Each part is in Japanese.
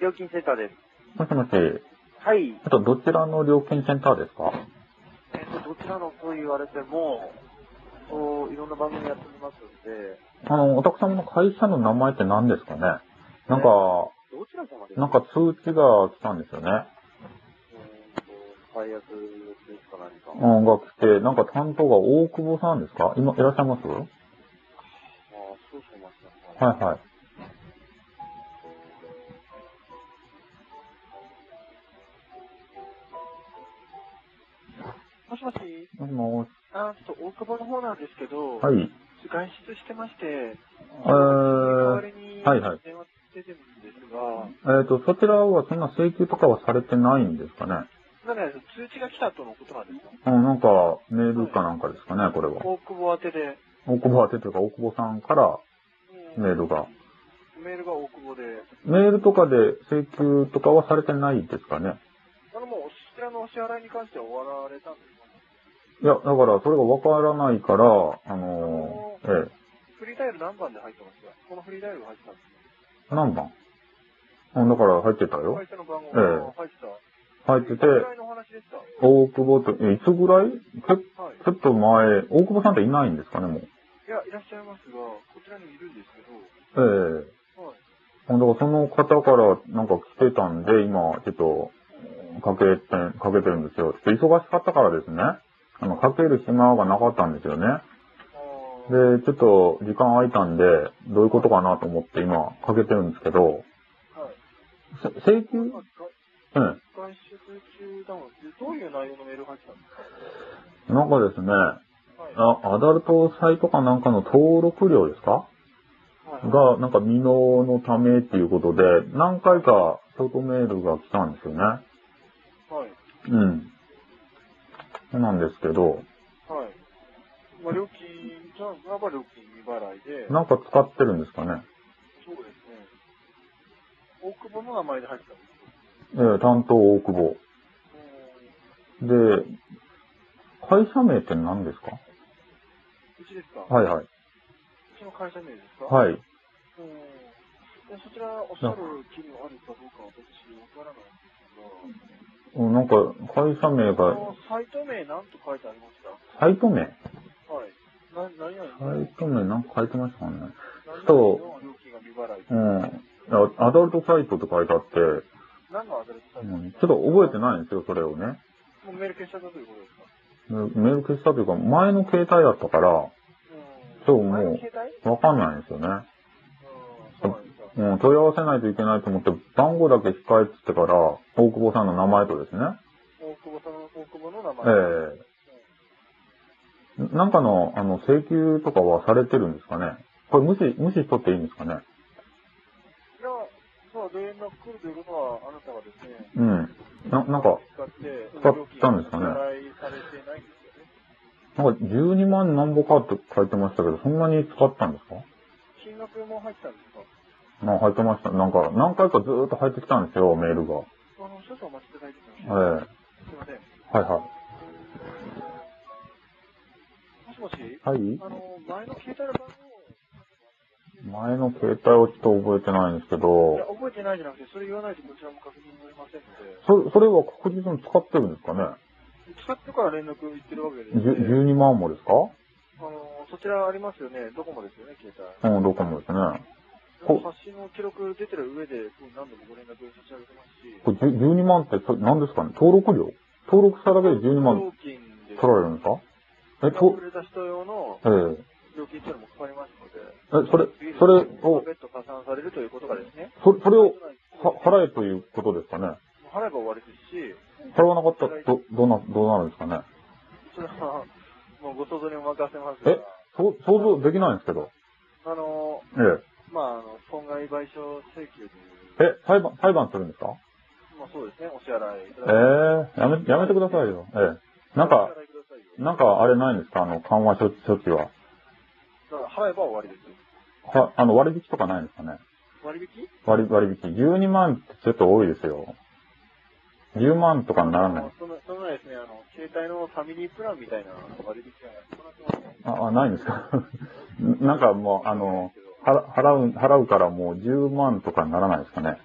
料金センターです。もしもし。はい。あと、どちらの料金センターですかえっ、と、どちらのと言われても、そう、いろんな番組やっておりますんで、あの、お宅様の会社の名前って何ですかねなんか、どちら様ですなんか通知が来たんですよね。えっ、と、解約ですか何か。うあん、が来て、なんか担当が大久保さんですか今、いらっしゃいますはあ、少々お待ちくださいい。はい。もしもし、もしもし。あーちょっと大久保の方なんですけど、はい。え外出してまして、代わー、りにはいはい電話出てるんですが、えっ、と、そちらはそんな請求とかはされてないんですかねなんか通知が来たとのことなんですかうん、なんか、メールかなんかですかね、これは。大久保宛てで、大久保宛てというか、大久保さんからメールが。メールが大久保で、メールとかで請求とかはされてないですかねあのもう、そちらのお支払いに関しては終わられたんですかいや、だから、それがわからないから、あのー、えフリーダイヤル何番で入ってますかこのフリーダイヤルが入ってたんですえ、何番うんだから入ってたかよ会。社の番号えが入ってた。入っててこ、れぐらいのお話でした。大久保と、えいつぐらいけはい。ちょっと前、大久保さんっていないんですかね、もう。いや、いらっしゃいますが、こちらにいるんですけど、ええはい。だからその方からなんか来てたんで、今、ちょっと、かけて、かけてるんですよ。ちょっと忙しかったからですね。あの、かける暇がなかったんですよね。あーで、ちょっと時間空いたんで、どういうことかなと思って今、かけてるんですけど、はい。せ請求まあがうん。外出中だもん。でどういう内容のメールが入ってたんですなんかですね、かはい。あアダルトサイトかなんかの登録料ですかはいはいが、なんか未納のためっていうことで、何回かショートメールが来たんですよね。はい。うん。そうなんですけど、はい。まあ、料金、じゃあ、まあ、料金未払いで、なんか使ってるんですかね。そうですね。大久保の名前で入ってたんですよ。えー担当大久保。うで、会社名って何ですかーんうちですかはいはい。うちの会社名ですかはい。うんでそちら、おっしゃる企業あるかどうかは私、わからないんですが、うんなんか、会社名あが、のサイト名なんと書いてありましたサイト名はい。な何々サイト名なんか書いてましたかね。何々そうの料金が未払い。うん。あアダルトサイトって書いてあって、何のアドレスサイうトん、ちょっと覚えてえないんですよ、それをね。もうメール消しちゃったということですかメール消したというか、前の携帯だったから、うんそうもう前の携帯わかんないんですよね。うん、そうなんですか。うん、問い合わせないといけないと思って、番号だけ控えてってから、大久保さんの名前とですね。大久保さんの、大久保の名前。ええなんかの、あの、請求とかはされてるんですかね。これ無視、無視しとっていいんですかね。いや、まあ、連絡来るということは、あなたがですね、うん。な、なんか、使って、使ったんですかね料金が支払いされてないんですよね。なんか12万なんぼかって書いてましたけど、そんなに使ったんですか金額も入ってたんですかなんか入ってました。なんか、何回かずーっと入ってきたんですよ、メールが。あの、ちょっとお待ちいただいてええもすいません。はいはもしもしい。はいあの、前の携帯の番号、前の携帯をちょっと覚えてないんですけいや、ど、覚えてないじゃなくて、それ言わないとこちらも確認取れませんので、そそれは確実に使ってるんですかね使ってから連絡いってるわけですじゅね。 ?12 万もですかあの、そちらありますよね。ドコモですよね、携帯。うん、どこもですね。ほ発信の記録出てる上で、何度もご連絡差し上げてますし、これじゅ12万ってそ何ですかね登録料登録しただけで12万料金です。取られるんですかえ、とと、れた人用のええ料金というのもかかりますので、え、それ、それを、別途加算されるということがですね、そそれをはは払えということですかね払えば終わりですし、払わなかったらど、どうな、どうなるんですかねそれは、もうご想像にお任せますえそう想像できないんですけど。が、あの、えまあ、あの、損害賠償請求という、え。え、裁判、裁判するんですかまあそうですね、お支払いいたえだえきやめ、やめてくださいよ。ええなんおか、、支払いくださいよなんかあれないんですかあの、緩和処置処置は。だから払えば終わりです。は、あの、割引とかないんですかね割引割、割引。12万ってちょっと多いですよ。10万とかにならない。その、そのですね、あの、携帯のファミリープランみたいな割引がなくなってますね。あ、あないんですか なんかもう、あの、けどはら払う、払うからもう10万とかにならないですかね。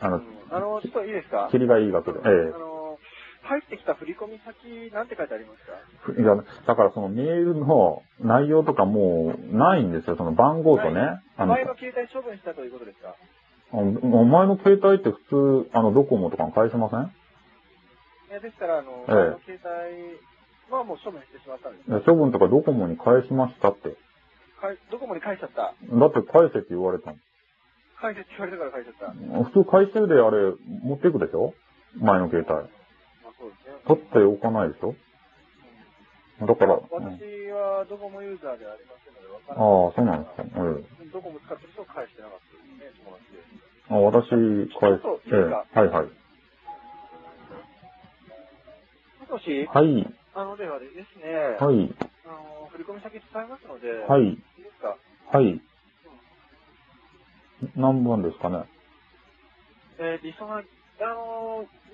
あの、あの、ちょっといいですか霧がいい額で。えあの、入ってきた振込先、なんて書いてありますかえいや、だからそのメールの内容とかもうないんですよ。その番号とね。あの前、の携帯処分したということですかお前の携帯って普通、あの、ドコモとかに返せませんいや、ですから、あの、ええ前の携帯はもう処分してしまったんですい。や処分とかドコモに返しましたって。かいドコモに返しちゃった。だって返せって言われたの。返せって言われたから返しちゃった。普通回収であれ持っていくでしょ前の携帯。まあ、そうですね。取っておかないでしょだから、うん私はドコモユーザーではありませんので、わああ、からない。そうなんですか。えドコモ使ってる人返してなかったですね、友達で。えあ私、返すちょっ。えとえいいですかはいはい。もし、はい、あの、ではですね、はい、あの、振込先伝えますので、。はいい、いですかはい。何番ですかね。えー、理想な、あの、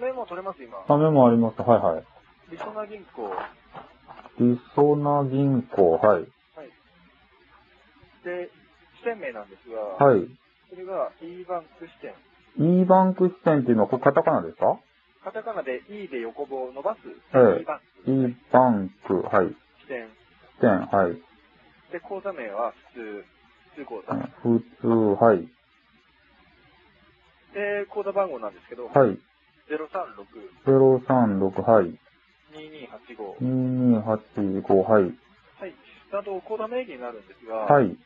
メモ取れます、今。あ、メモあります。はいはい。理想な銀行。りそな銀行、はい。で、支店名なんですが、はい。それが E バンク支店。 E バンク支店っていうのは、これカタカナですかカタカナで E で横棒を伸ばす、ええ E バン ?E バンク、はい。ク支店。支店、はい。で、口座名は普通、普通口座。普通、はい。で、口座番号なんですけど、はい。 036-2285。 036、はい。2285、ははい。い。あと、口座名義になるんですが、はい。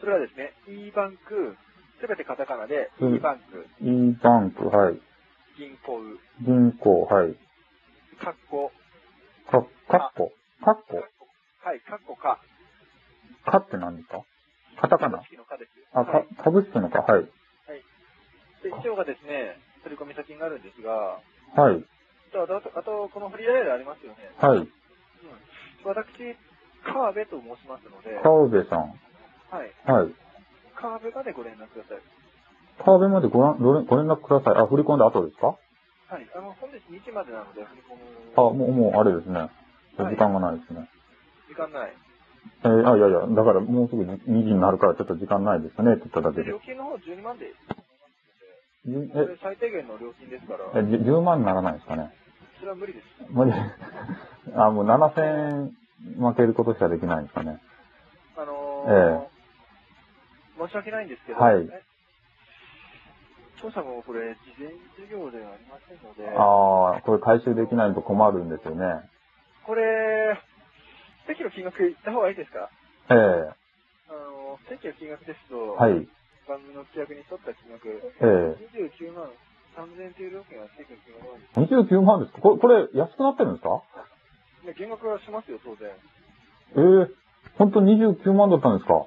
それはですね、E バンク、すべてカタカナで、うん E バンク、 E バンク、はい。銀行、銀行、はい。カッコ、か、かっこ。かっこ。はい、カッコか。かって何ですかカタカナ株式のかです。あ、はかい、、株式のか、はい。で、以上がですね、振込先になるんですが、はい。あと、あとあとこのフリーダイヤルありますよね。はい。私、川辺と申しますので、は川辺さん。い。はい。川辺までご連絡ください。川辺までごらんご連ご連絡ください。あ、振り込んだ後ですかはい。あの、本日2時までなので、振り込む。あ、もう、もう、あれですね。はい時間がないですね。時間ない。えーあ、いやいや、だからもうすぐ2時になるからちょっと時間ないですね、って言っただけで、で。料金の方12万で、じゅこれ最低限の料金ですから、え、え、じゅ10万にならないですかね。それは無理です。無理。 あ、もう7000円負けることしかできないんですかね。あのー、申し訳ないんですけど、はいえ当社もこれ、事前事業ではありませんので、ああ、これ回収できないと困るんですよね。これ、席の金額言った方がいいですかええあのー、席の金額ですと、はい。番組の規約に沿った金額、ええ29万3000円という料金は席の金額なんです。 29万ですかこれ、これ安くなってるんですかいや減額はしますよ、当然。ええ本当29万だったんですか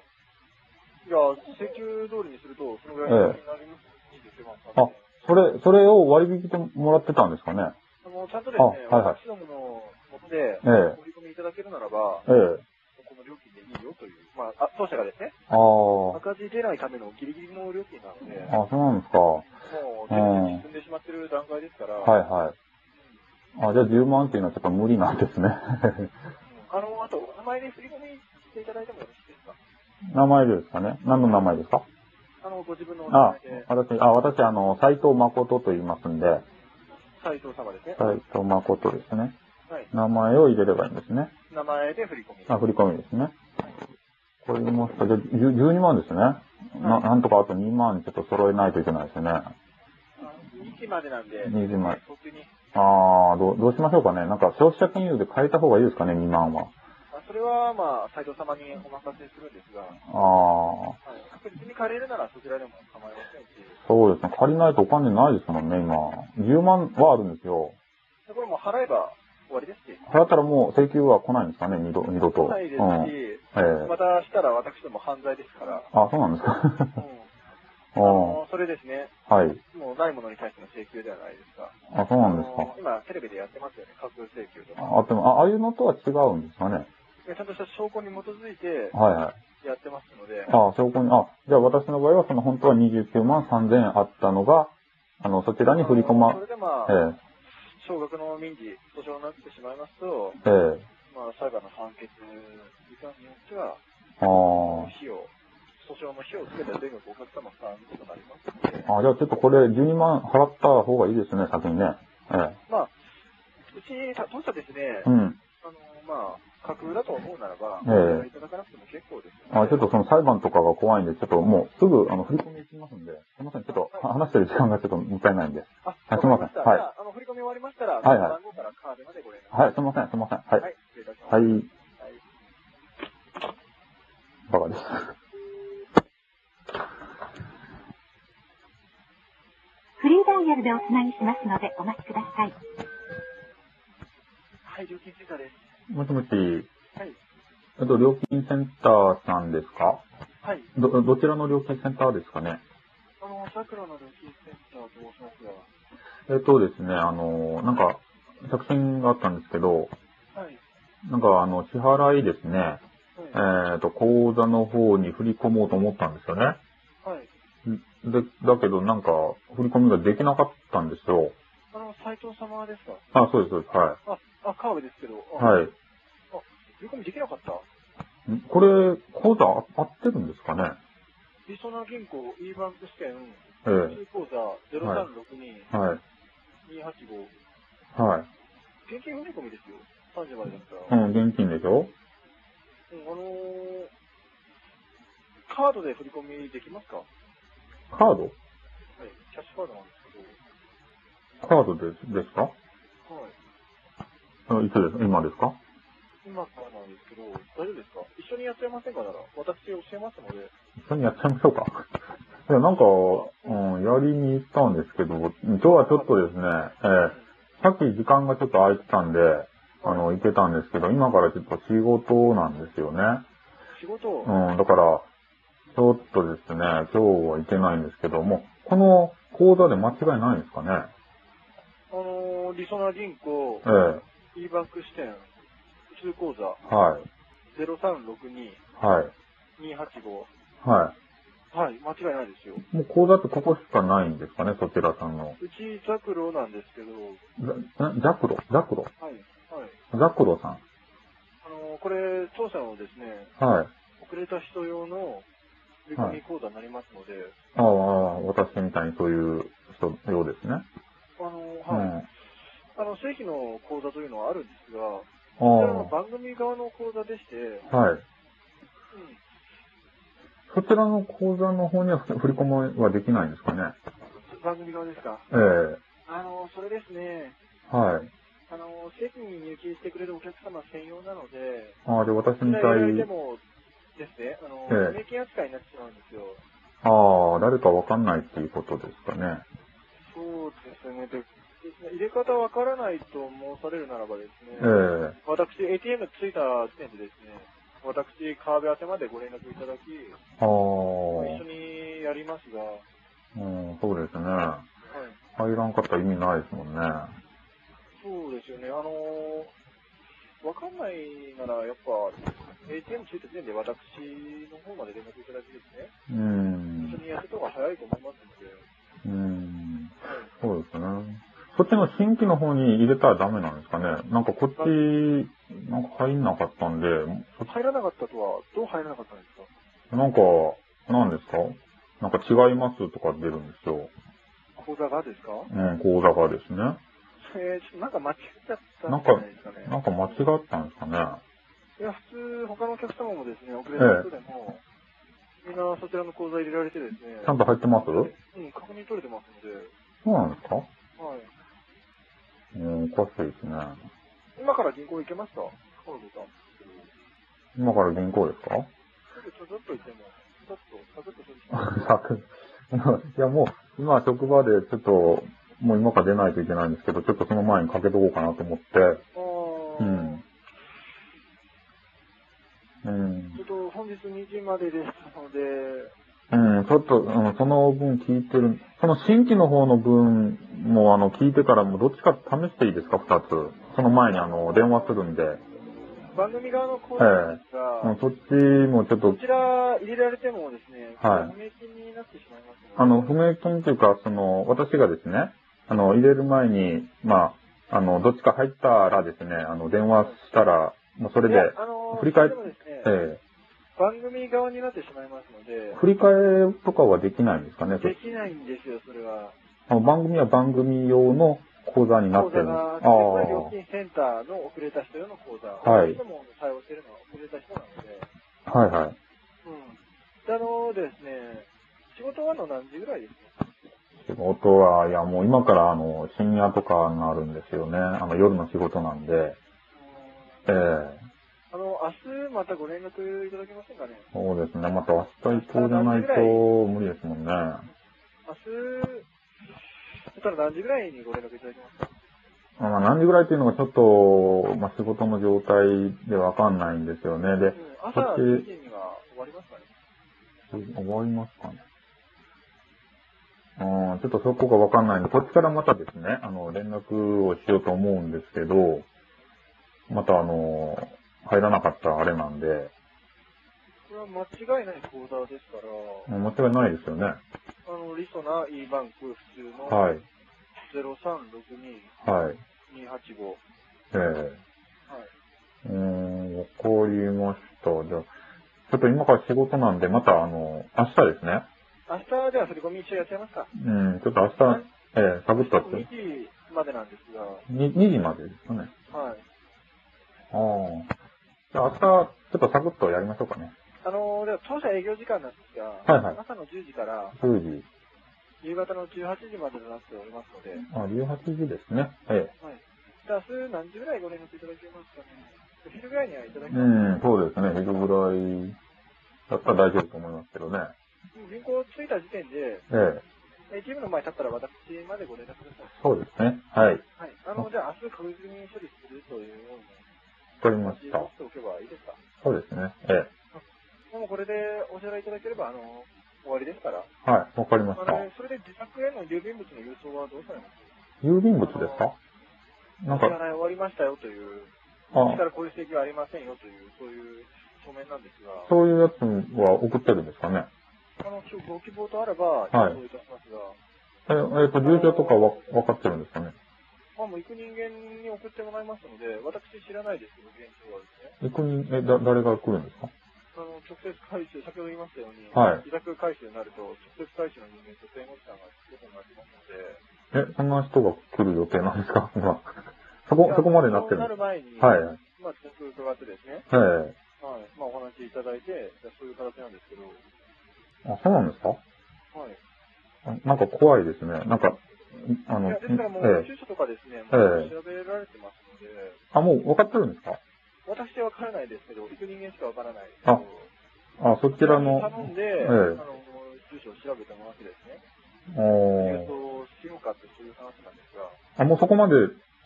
いや、請求通りにすると、そのぐらいの金額になります。29万3000円あそれ、それを割引してもらってたんですかねあのちゃんとですね、あはいはい私どものもとで、ええお振り込みいただけるならば、ええこの料金でいいよという、まあ、あ当社がですね、ああ、赤字出ないためのギリギリの料金なので、あ、そうなんですか。はもう、全然進んでしまってる段階ですから、いはい。あ、じゃあ10万っていうのはちょっと無理なんですね。 あの、あと、お名前で振り込みしていただいてもよろしいですか名前ですかね何の名前ですかあの、ご自分のお名あ前で、、私、あ、私、あの、斎藤誠と言いますんで、斉藤様ですね。斎藤誠ですね。はい。名前を入れればいいんですね。名前で振り込み。あ、振り込みですね。これ言いました。じゃあ、じゅ12万ですね。ななんとかあと2万ちょっと揃えないといけないですね。 2時までなんで、 2時まで。特に。あー、どうどうしましょうかね。なんか消費者金融で変えた方がいいですかね、2万は。まあ、それは、まあ、斉藤様にお任せするんですが、はい、あ確実に借りるならそちらでも構いませんし、ー、そうですね。借りないとお金ないですもんね、今。10万はあるんですよ。でこれもう払えば終わりですし、払ったらもう請求は来ないんですかね、二度、二度と。ないですうん。えし、えまたしたら私ども犯罪ですから、あ、そうなんですか。 うん、ああーのそれですね、はい。もうないものに対しての請求ではないですか。あ、そうなんですあのか。今、テレビでやってますよね、架空請求とか。あ、でも、あああいうのとは違うんですかね。ちゃんとした証拠に基づいてはいはい。やってますので、ああ、証拠に、あ、じゃあ私の場合は、その本当は29万3000円あったのが、あの、そちらに振り込そま、れでまえあ、少額の民事、訴訟になってしまいますと、え、ええ、まあ、裁判の判決時間によっては、ああ、費用、訴訟の費用をつけた全額お客様負担となりますので、ね。あ、じゃあちょっとこれ12万払った方がいいですね、先にね。ええ。まあ、うち、た当社ですね、うん。あの、まあ、架空だと思うならば、ええお願いいただかなくても結構です、ね。あ、ちょっとその裁判とかが怖いんで、ちょっともうすぐ、あの、振り込み行きますんで、すいません、ちょっとは話してる時間がちょっともったいないんで。あ、わあすかいりまませんした。はいじゃあ、あの、振り込み終わりましたら、はいはい番号からカードまでご連絡。はい、すいません、すいません。はい。はい、失礼いたします。はい。はいバカです。フリーダイヤルでおつなぎしますのでお待ちください。はい、料金追加です。もしもし、はい。えっと、料金センターさんですかはい。ど、どちらの料金センターですかねあの、桜の料金センターと申しますが、えっとですね、あの、なんか、作品があったんですけはど、い。なんか、あの、支払いですね、えはい。っと、口座の方に振り込もうと思ったんですよね。はい、で、だけど、なんか、振り込みができなかったんですよ。あの、斎藤様ですかあ、そうです、そうです。はあ、あ、川辺ですけど。。い。はいい。振り込みできなかったんこれ、口座あ合ってるんですかねりそな銀行 E バンク支店、え中口座0362-285。えはい。はい。現金振り込みですよ。3時までだったら。うん、現金でしょうんあのー、カードで振り込みできますかはい、カーキャドッシュカードなんですけカードでですかど、はい、あいつです今ですか今からなんですけど、大丈夫ですか一緒にやっちゃいませんかなら、私教えますので、一緒にやっちゃいましょうか。 いや、なんか、うん、やりに行ったんですけど、今日はちょっとですね、ええさっき時間がちょっと空いてたんで、あの、行けたんですけど、今からちょっと仕事なんですよね。仕事を、うん、だから、ちょっとですね、今日は行けないんですけども、この講座で間違いないんですかねあのー、りそな銀行ええ E バンク支店、中口座はい、0362-285。はい、ははい、間違いないですよ。い。もう講座ってここしかないんですかね、そちらさんの。うち、ザクロなんですけど、ざんザクロ、ザクロ、はい、はい。ザクロさあのー、これ、当社のですね、ん。はい。遅れた人用の振り込み口座になりますので、ああ、私みたいにそういう人ようですね。あの、はい。あの、正規の講座というのはあるんですが、うん。こちらのあ番組側の講座でして、うん。あ、はい。そちらの講座の方には振り込みはできないんですかね番組側ですか。ええあの、それですね、はい。あの、正規に入金してくれるお客様専用なので、ああ、で、私こちみらたやられいて。もですね、あの、ええ名金扱いになってしまうんですよ。ああ、誰かわかんないっていうことですかね。そうですね。で入れ方わからないと申されるならばですねえ、え私、ATM ついた時点でですね、私、川辺宛てまでご連絡いただき、一ああ、緒にやりますが、はうん、そうですね。い。入らんかったら意味ないですもんね。そうですよね、あのー、わかんないなら、やっぱ、ATM ついた時点で私の方まで連絡いただきですね、う一緒ん、にやってた方が早いと思いますので、うん、はいそうですね。そっちの新規の方に入れたらダメなんですかね。なんかこっち、なんか入んなかったんで、入らなかったとは、どう入らなかったんですかなんか、なんですかなんか違いますとか出るんですよ。口座がですかうん、口座がですね。えー、ちょっとなんか間違っちゃったんじゃないですかね。なんか間違ったんですかね。いや、普通、他のお客様もですね、遅れた人でも、みんなそちらの口座入れられてですね、ちゃんと入ってますそうん、確認取れてますので、うなんですかはい。うん、おかしいですね。今から銀行行けますか河野さん。今から銀行ですかちょっとちょっと行っても、ちょっと、サクッとするし いや、もう、今、職場で、ちょっと、もう今から出ないといけないんですけど、ちょっとその前にかけとこうかなと思って、う。うんうんちょっと本日2時までですので、うん、ちょっと、うん、その分聞いてる、その新規の方の分も、あの、聞いてからも、どっちか試していいですか、二つ。その前に、あの、電話するんで。番組側のコーナーですうが、ん、そっちもちょっとこ、ちら入れられてもですね、はい不明金になってしまいますので、あの、不明明金というか、その、私がですね、あの、入れる前に、まあ、あの、どっちか入ったらですね、あの、電話したら、もうそれで、あの振り返っでもですね、ええ番組側になってしまいますので、振り替えとかはできないんですかね。ちょっできないんですよ、それは。とあの番組は番組用の講座になっ口てる座んです。が、あこれ料あ金センターの遅れた人用の口座、はいどうしても対応しているのは遅れた人なので、ー。はいはい。うん。であのですね、仕事終わるの何時ぐらいですか仕事は、いやもう今からあの、深夜とかになるんですよね。あの、夜の仕事なんで。ええあの、明日またご連絡いただけませんかねそうですね。また明日以降じゃないと無理ですもんね。明日、そしたら何時ぐらいにご連絡いただけますかまあ、何時ぐらいっていうのがちょっと、まあ、仕事の状態でわかんないんですよね。うで、ん、朝そっ9ち時には終わりますかね終わりますかね。うん、ちょっとそこがわかんないんで、こっちからまたですね、あの、連絡をしようと思うんですけど、またあの、入らなかったあれなんで、これは間違いない口座ですから、もう間違いないですよね。あの、リソナ E バンク普通のはい。 0362-285。はい。はい。ええうーん、わかりました。じゃあ、ちょっと今から仕事なんで、またあの、明日ですね。明日では振り込み一応やっちゃいますか。うん、ちょっと明日、ええサブ明っ日とのって2、時までなんですが、はに2時までですかい。ね。ああ。じゃあ明日、ちょっとサクッとやりましょうかね。あのー、では当社営業時間なんですが、はいはい朝の10時から10時。夕方の18時までとなっておりますので、あ、18時ですね。えはい。じゃあ明日何時ぐらいご連絡いただけますかね。お昼ぐらいにはいただえ。けうまん、そうですね。昼ぐらいだったら大丈夫と思いますけどね。すか、銀行着いた時点で、ええ。 ATM の前に立ったら私までご連絡ください。そうですね。はい。わはい。あの、じゃあ明日確実に処理するというように、かりまお知したら。せしておけばいいですか。そうですね。えもうこれでお支払いいただければ、あの終わりですから。え。はい。わかりあました。のそれで自宅への郵便物の郵送はどうされます郵便物ですかなんお支か、払い終わりましたよという、あうちからこういう請求はありませんよという、そういう書面なんですが、そういうやつは送ってるんですかね。あの今日ご希望とあれば、はい郵送いたしますが、え、えっと、住所とかわ、わかってるんですかね。まあ、もう行く人間に送ってもらいますので、私知らないですけど、現状はですね、行くに、え、だ、誰が来るんですかあの直接回収、先ほど言いましたように、はい自宅回収になると、直接回収の人間と弁護士さんが出てもらいますので、え、そんな人が来る予定なんですか 今。そこ、そこまでなってそるんうなでる前に、す。はい。えまあ、僕伺ってですね、えはい、まあ、お話いただいて、じゃあそういう形なんですけど、あ、そうなんですかはい。あなんか怖いですね。なんか、あいの、やですからもう、ええ住所とかですね、もええう調べられてますので、あ、もう分かってるんですか私はわからないですけど、行く人間しかわからない。ああ、そこちらの、頼んで、ええあの、住所を調べてもらってですね、郵おー送しようかってそういう話なんですが、あ、もうそこまで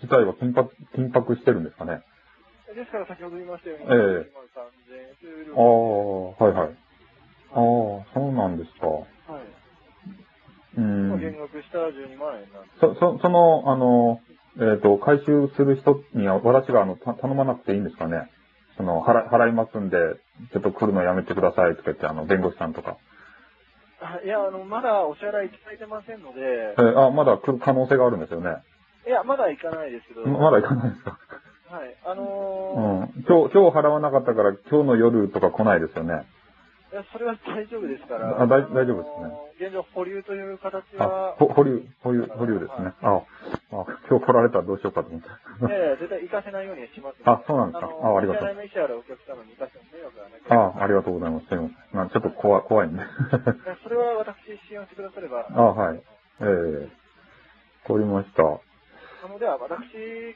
自体は緊迫、緊迫してるんですかね。ですから先ほど言いましたように、ええ1万3000円というルールああ、はいはい。ああ、はそうなんですか。い。うまあ、減ん。額したら12万円なんで、そ、そ、その、あの、えっ、と、回収する人には、私が、あの、た頼まなくていいんですかね。その、払い、払いますんで、ちょっと来るのやめてくださいとか言って、あの、弁護士さんとか。あいや、あの、まだお支払いいただいてませんのでえ、ーあ、まだ来る可能性があるんですよね。いや、まだ行かないですけど、ままだ行かないですか。はい。あうのーん。今日、今日払わなかったから、今日の夜とか来ないですよね。いや、それは大丈夫ですから。あ大大丈夫ですねすね。現状、保留という形あは、、ほ保留、保留、保留ですね。あ、あ今日来られたらどうしようかと思って。いやいや、絶対行かせないようにはしますのあそうなんですかのあありがとう知らない飯あるお客様に行かせる迷惑はなくあ、ありがとうございます。すいません。なちょっと怖い、怖いんいで。やそれは私、支援をしてくだされば。あはい。ええ通りました。なのでは、私、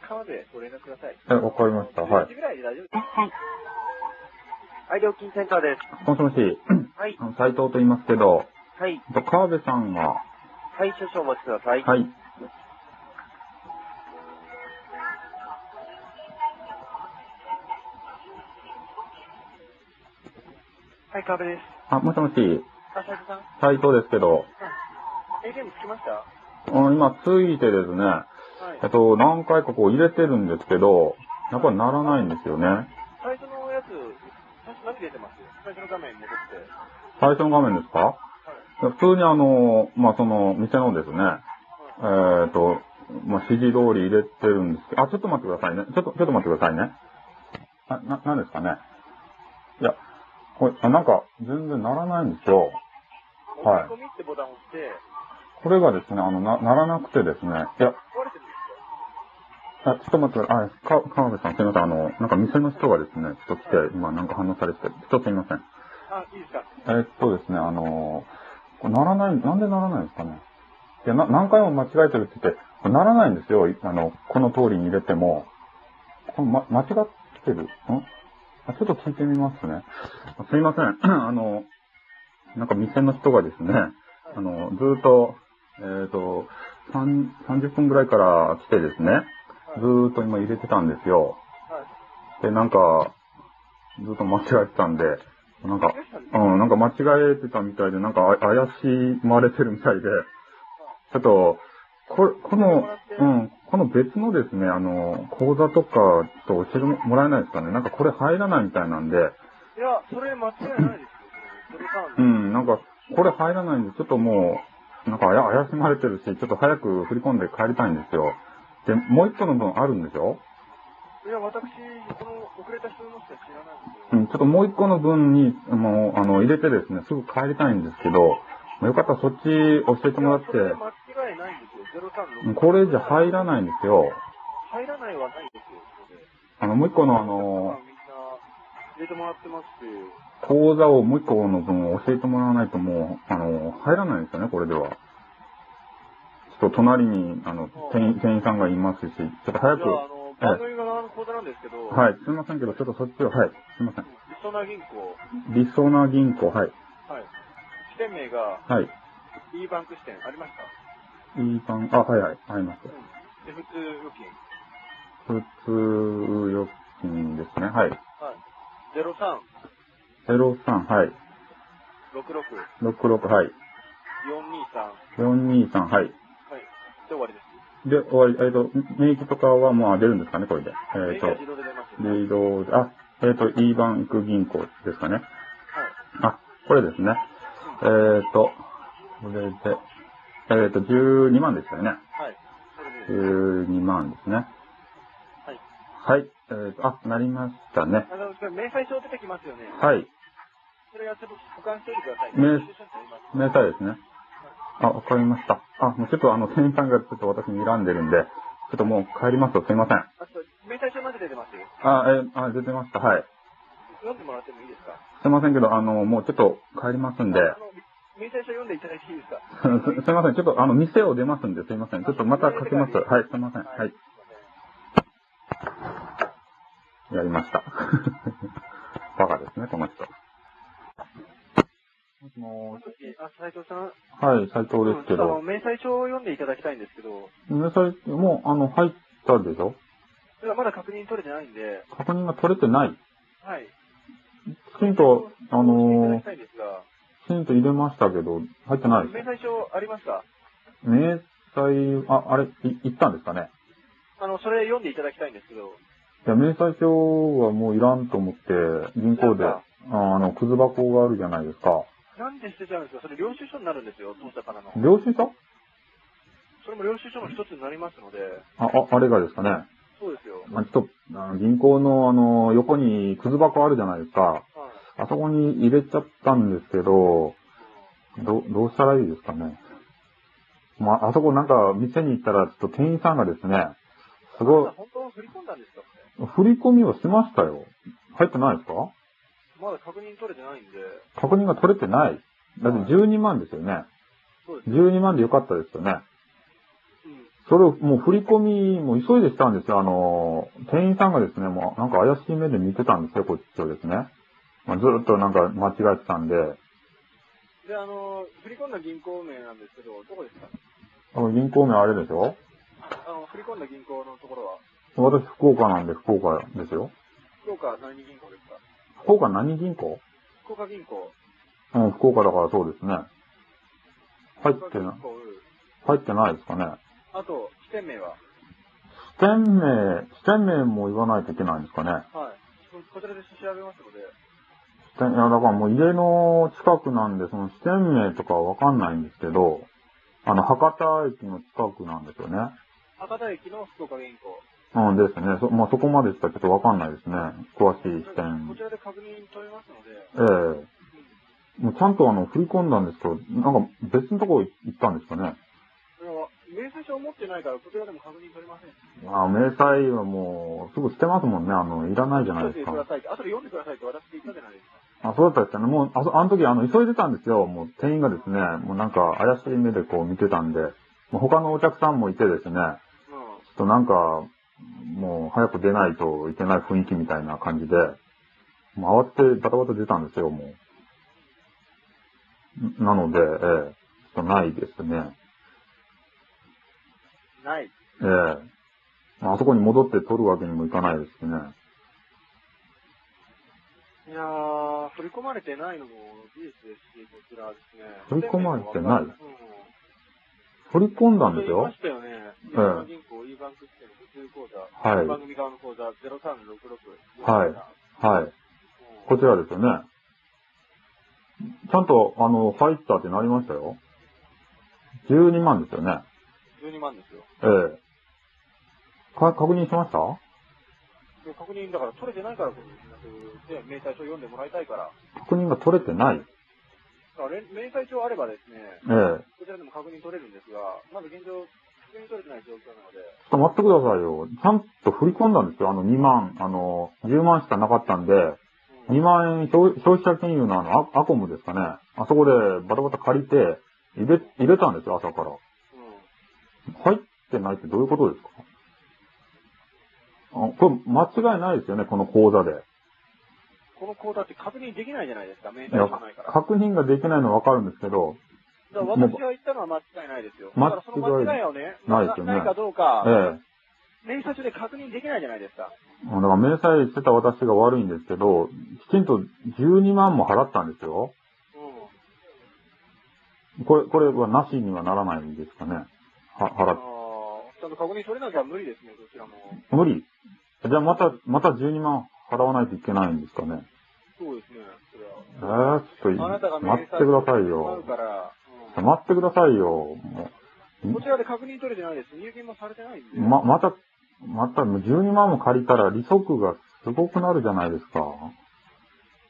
川でご連絡ください。えわかりました11はい時ぐらいで大丈夫でいらっしゃい。す。はい、料金センターです。もしもし、はい、あの斉藤と言いますけど、はい、えっと川辺さんが、はい、少々お待ちください。はい。はい、川辺です。あ、もしもあ、し、斉藤さん。斉藤ですけど、 ATM つきましたはうん今ついてですね、いえ。っと、何回かこう入れてるんですけど、やっぱりならないんですよね。最初のやつ、最初何出てます最初の画面に戻って。最初の画面ですか普通にあの、まあ、その、店のですね、えっ、と、まあ、指示通り入れてるんですけど、あ、ちょっと待ってくださいね。ちょっと、ちょっと待ってくださいね。あ、な、なんですかね。いや、あこれ、あなんか、全然ならないんですよ。はい込みってボタンを押して、これがですね、あの、な、ならなくてですね、い壊や、れてるんですよ。あ、ちょっと待ってください。あ、か、川辺さん、すいません。あの、なんか店の人がですね、ちょっと来て、今なんか反応されてて、ちょっとすいません。あ、いいですか。えーっとですね、あの、これならない、なんでならないんですかね。いや、な、何回も間違えてるって言って、これならないんですよ。いあの、この通りに入れても。これ、ま、間違ってるんあ、ちょっと聞いてみますね。あすいません。 あの、なんか店の人がですね、あの、ずーっと、えーっ、と、三30分ぐらいから来てですね、ずーっと今入れてたんですよ。はい。で、なんか、ずっと間違えてたんで、なんか、うん、なんか間違えてたみたいで、なんかあ怪しまれてるみたいで、ちょっと、ここの、うん、この別のですね、あの、講座とか、ちょっと教えてもらえないですかね。なんかこれ入らないみたいなんで、いや、それ間違いないですよ。それ多う分ん、なんか、これ入らないんで、ちょっともう、なんかあや怪しまれてるし、ちょっと早く振り込んで帰りたいんですよ。で、もう一個の分あるんでしょいや、私、この遅れた人の人は知らないんですうよ。ん、ちょっともう一個の分に、もう、あの、入れてですね、すぐ帰りたいんですけど、よかったらそっち教えてもらっいやて、それ間違いないんですよ。うん036。これじゃ入らないんですよ。入らないはないですよ。それであの、もう一個のあまあの、みんな入れてもらってますし、講座をもう一個の分を教えてもらわないともう、あの、入らないんですよね、これでは。ちょっと隣に、あの、店員店員さんがいますし、ちょっと早くじゃ、あ、あの、番組がの講座なんですけど、はい、すいませんけど、ちょっとそっちを、はい、すいませりそな銀行、ん。理想な銀行、はい、はい。支店名がはい。 E バンク支店ありました。いい番、あ、はいはい、ありましたうん。で、普通預金。普通預金ですね、はい。はい。03、 03、はい。 66、 66、はい。 423。 423、はい。はい。で、終わりです。で、終わり、えっ、と、免疫とかはもう出るんですかね、これで。えっ、メールはと、自動で出ますよ、リード、あ、えっ、と、E バンク銀行ですかね。はい。あ、これですね。えっ、と、これで、えっ、と、12万でしたよね。はい。それでいいです。 12万ですね。はい。はい。えっ、と、あ、なりましたね。あの、これ明細書出てきますよね。はい。それはちょっと保管しておいてください。明領収書になりますめでたいですね。あ、わかりました。あ、もうちょっとあの、店員さんがちょっと私に睨んでるんで、ちょっともう帰りますとすいません。あと、明細書まで出てますよ。あ、えーあ、出てました。はい。読んでもらってもいいですかすいませんけど、あの、もうちょっと帰りますんで、あの、明細書読んでいただいていいですか すすいません。ちょっと、あの、店を出ますんで、すいません。ちょっとまた書きます。はい、すいません。はい。やりました。 バカですね、この人。もしもあ、斉藤さん。しはい、斉藤ですけうんちょっとあの、ど。明細書を読んでいただきたいんですけど、皆さん、もう、あの、入ったでしょただまだ確認取れてないんで、確認が取れてない。はい。きちんと、あのーしていただきたいんですが、きちんと入れましたけど、入ってない明細書ありますか明細、あ、あれ、い、行ったんですかねあの、それ読んでいただきたいんですけど、いや、明細表はもういらんと思って、銀行で、なんあかあの、くず箱があるじゃないですか。なんで捨てちゃうんですかそれ領収書になるんですよ、当社からの。領収書それも領収書の一つになりますので、あ、あ、あれがですかね。そうですよ。まあ、ちょっと、あの銀行の、あの、横にくず箱あるじゃないですか。はい。あそこに入れちゃったんですけど、ど、どうしたらいいですかね。まあ、あそこなんか、店に行ったら、ちょっと店員さんがですね、すごい、本当は振り込んだんですか振り込みをしましたよ。入ってないですかまだ確認取れてないんで、確認が取れてない。だって12万ですよね。そうです。 12万でよかったですよね。うん。それをもう振り込み、もう急いでしたんですよ。あの、店員さんがですね、もうなんか怪しい目で見てたんですよ、こっちをですね。まあ、ずっとなんか間違えてたんで、で、あの、振り込んだ銀行名なんですけど、どこですかあの銀行名あれでしょあの、振り込んだ銀行のところは、私福岡なんで福岡ですよ。福岡第二銀行ですか福岡何銀行福岡銀行。うん、福岡だからそうですね。福入って岡銀、な行。入ってないですかね。あと、支店名は支店名、支店名も言わないといけないんですかね。はい。ここちらで調べますので、支店いや、だからもう家の近くなんで、その支店名とかわかんないんですけど、あの、博多駅の近くなんですよね。博多駅の福岡銀行。うんですね。そ、まあ、そこまでしかちょっとわかんないですね。詳しい視こ点ち。らで確認取れますので、ええもうちゃんとあの、振り込んだんですけど、なんか別のとこ行ったんですかね。それは、明細書を持ってないから、こちらでも確認取れません。ああ、明細はもう、すぐ捨てますもんね。あの、いらないじゃない後でですくだか。さいって、後で読んでくださいって私って言ったじゃないですか。あ、そうだったですかね。もう、あそあの時、あの、急いでたんですよ。もう、店員がですね、もうなんか、怪しい目でこう見てたんで、もう他のお客さんもいてですね、うちょん。っとなんか、もう、早く出ないといけない雰囲気みたいな感じで、もう慌ててバタバタ出たんですよ、もう。んなので、ええ、ちょっとないですね。ない。ええ。まああそこに戻って取るわけにもいかないですしね。いやー、振り込まれてないのも事実ですし、こちらですね。振り込まれてないうん。取り込んだんです言いまよ。したよね。ん日本銀行 E バンク支店普通口座。はい番組側の口座0366。はいはい。こちらですよね。ちゃんと、あの、入ったってなりましたよ。12万ですよね。 12万ですよ。ええか、確認しましたで確認、だから取れてないからこれ、で、明細書読んでもらいたいから。確認が取れてない。だかられ明細書あればですね、ええちこちらでも確認取れるんですが、まだ現状、確認取れてない状況なので、ょっと待ってくださいよ。ちゃんと振り込んだんですよ。あの2万、あの、10万しかなかったんで、うん2万円消消費者金融のあの、アアコムですかね。あそこでバタバタ借りて、入れ、入れたんですよ、朝かうら。ん入ってないってどういうことですかあこれ間違いないですよね、この口座で。この口座って確認できないじゃないですか、明いや細書ないから。だか確認ができないのはわかるんですけど、ら私が言ったのは間違いないですよ。だ間からその間違いをね、ないですよねないかどうえか、え。明細書で確認できないじゃないですか。だから明細してた私が悪いんですけど、きちんと12万も払ったんですよ。うん。これ、これはなしにはならないんですかね。は、あ払っーちゃんと確認取れなきゃ無理ですね、どちらも。無理。じゃあまた、また12万払わないといけないんですかね。そうですね、それは。ええちょっと、あなたが待ってくださいあるよ。から、うん待ってくださいよ。うんこちらで確認取れてないです。入金もされてないんで。ま、また、また12万も借りたら利息がすごくなるじゃないですか。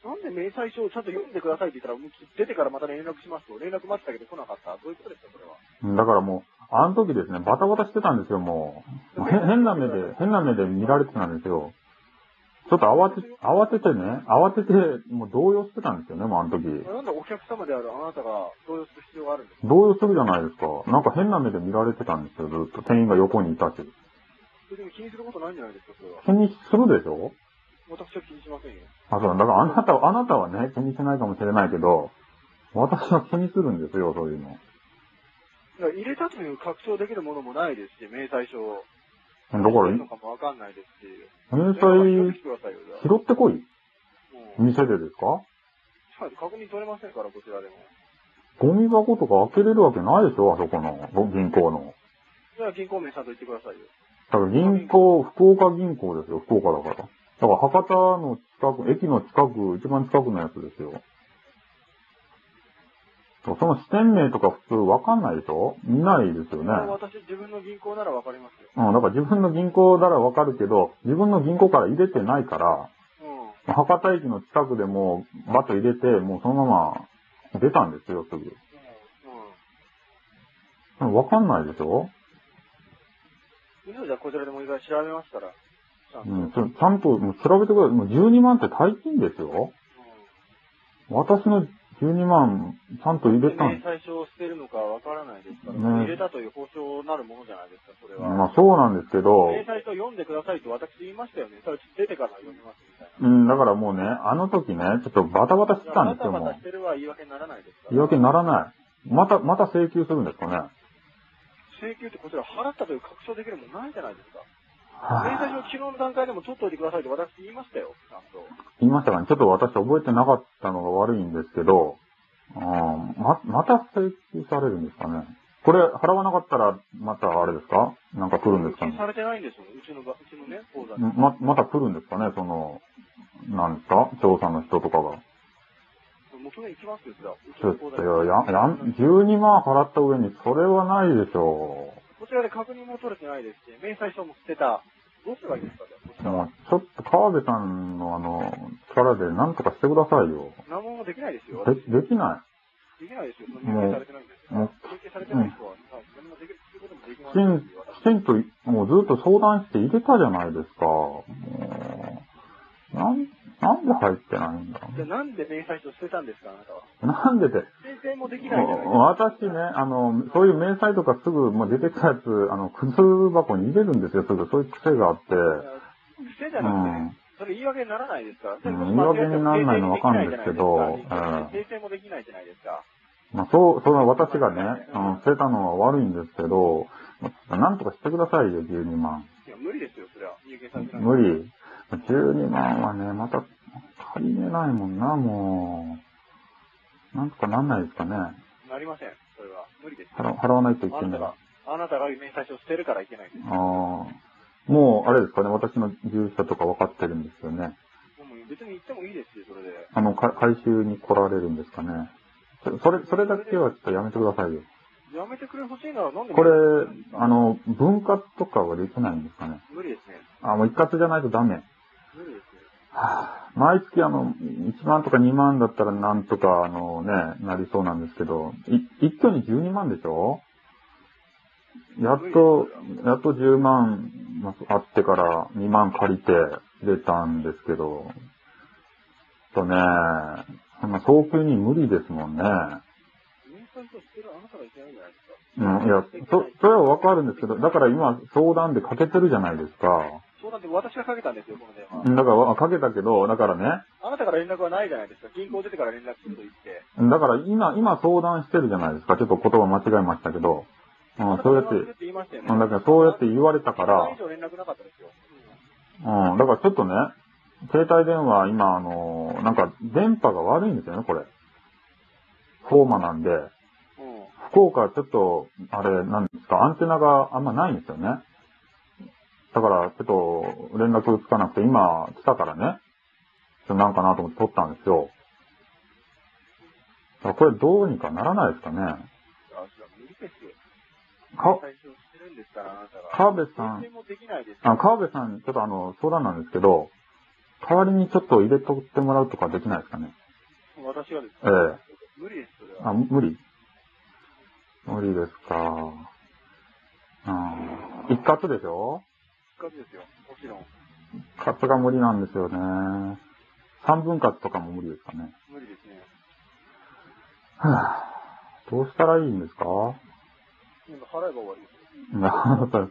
なんで明細書をちゃんと読んでくださいって言ったら、もう出てからまた連絡しますと。連絡待ってたけど来なかった。どういうことですか、これは。だからもう、あの時ですね、バタバタしてたんですよ、もう。へ変な目で、変な目で見られてたんですよ。ちょっと慌て、慌ててね、慌てて、もう動揺してたんですよね、もうあの時。なんでお客様であるあなたが動揺する必要があるんですか動揺するじゃないですか。なんか変な目で見られてたんですよ、ずっと。店員が横にいたし。それでも気にすることないんじゃないですか、それは。気にするでしょ私は気にしませんよ。あ、そう、だからあなたは、あなたはね、気にしないかもしれないけど、私は気にするんですよ、そういうの。だから入れたという確証できるものもないですし、明細書を。だかどこらにの、かもわかんないですし。明連絡し細てくださいよ、じゃあ拾ってこい。うん店でですか確認取れませんから、こちらでも。ゴミ箱とか開けれるわけないでしょあそこの銀行の。じゃあ銀行名ちゃんと言ってくださいよ。だから銀行、福岡銀行ですよ。福岡だから。だから博多の近く、駅の近く、一番近くのやつですよ。その支店名とか普通わかんないでしょ見ないですよね。私、自分の銀行ならわかりますよ。うん、だから自分の銀行ならわかるけど、自分の銀行から入れてないから、うん。博多駅の近くでもうバッと入れて、もうそのまま出たんですよ、すぐ。ううんわかんないでしょん。じゃあ、こちらでもう一回調べますから。ちゃんと。ううんん、ちょちゃんともう調べてください。もう12万って大金ですよ。私の12万、ちゃんと入れたん明で細す。書を捨てるのかわからないですから、入ねれたという保証なるものじゃないですか、それは。まあそうなんですけど、明細書を読んでくださいと私言いましたよね。それ出てから読みますみたいな。うん、だからもうね、あの時ね、ちょっとバタバタしいてやたんバですタよ、もバタうし。てるは言い訳にならないですから。言い訳にならない。また、また請求するんですかね。請求ってこちら払ったという確証できるものないじゃないですか。明細は書ぁを昨日の段階でも取っておいてくださいと私言いましたよ、ちゃんと。言いましたかね。ちょっと私覚えてなかったのが悪いんですけど、うん、ま、また請求されるんですかね。これ、払わなかったら、またあれですかなんか来るんですかね入金。されてないんですよ、うちのば、うちのね、口座に。ま、また来るんですかね、その、なんですか調査の人とかが。もう去年行きますよ、じゃあ。うちちょの口っ座とによ、や、やん、12万払った上に、それはないでしょこちらで確認も取れてないですし、明細書も捨てた。どうすればいいですかね、こちらもは。う、ちょっと川辺さんのあの、キャラでなんとかしてくださいよ。何もできないですよ。で私、できなできないですよ。そのもう認定されてないんですもうよ。認定されてない人は、はい何もできるすることもできまい。きせんんし、私きちんと、もうずっと相談して入れたじゃないですか。もう、なん、なんで入ってないんだろじゃあなんで明細書捨てたんですか、あなたは。う。なんでって、訂正もできないじゃないですか。私ね、あの、そういう明細とかすぐ、もう出てきたやつ、あの、靴箱に入れるんですよ、すぐ。そういう癖があって。癖じゃなくて、それ言い訳にならないですか、うん言い訳にならないのはわかるんですけど訂正もできないじゃないですか。まあ、そう、それは私がね、あの、捨てたのは悪いんですけど、まあなんとかしてくださいよ、12万。いや、無理ですよ、それは。有権されてない。無理。12万はね、また、足りねないもんな、もう。なんとかなんないですかね。なりません、それは。無理です。払払わないといけない。ああなたが明細書を捨てるからいけないんです。あー。もう、あれですかね、私の住所とか分かってるんですよね。もう別に言ってもいいですよ、それで。あの、か回収に来られるんですかね。そそれ、それだけはちょっとやめてくださいよ。やめてくれほしいなら、なんでこれ、あ、の、分割とかはできないんですかね。無理ですね。あ、もう一括じゃないとダメ。無理ですね。はあ毎月あの、1万とか2万だったらなんとかあのね、なりそうなんですけど、い一挙に12万でしょやっと、やっと10万あってから2万借りて出たんですけど、ちょっとね、そんな早急に無理ですもんね。明細書を捨てるあなたがいけないんじゃないですか。うん、いや、そ、それはわかるんですけど、だから今相談でかけてるじゃないですか。そうなんで私がかけたんですよ、この電話。だからわ、かけたけど、だからね、あなたから連絡はないじゃないですか。銀行出てから連絡すると言って。だから今、今相談してるじゃないですか。ちょっと言葉間違えましたけど。うん、そうやって、て。言いましたよねうん、だからそうやって言われたか一ら、回以上連絡なかったですよ。うん、だからちょっとね、携帯電話今、あのーなんか電波が悪いんですよね、これ。フォーマなんで、うん。福岡はちょっと、あれ、なんですか、アンテナがあんまないんですよね。だから、ちょっと、連絡つかなくて、今、来たからね、ちょっとなんかなと思って撮ったんですよ。だからこれどうにかならないですかね。あ、じゃあ無理ですよ。か、最初してるんですから、あなたが。川辺さん全、然もできないですあ、川辺さん、ちょっとあの、相談なんですけど、代わりにちょっと入れとってもらうとかできないですかね。私はですええね。無理です、それあ、は。無理無理ですか。うん。一括でしょ復活ですよ。もちろん。一括が無理なんですよね。三分割とかも無理ですかね。無理ですね。はぁ、どうしたらいいんですか今度払えば終わりですよ。いや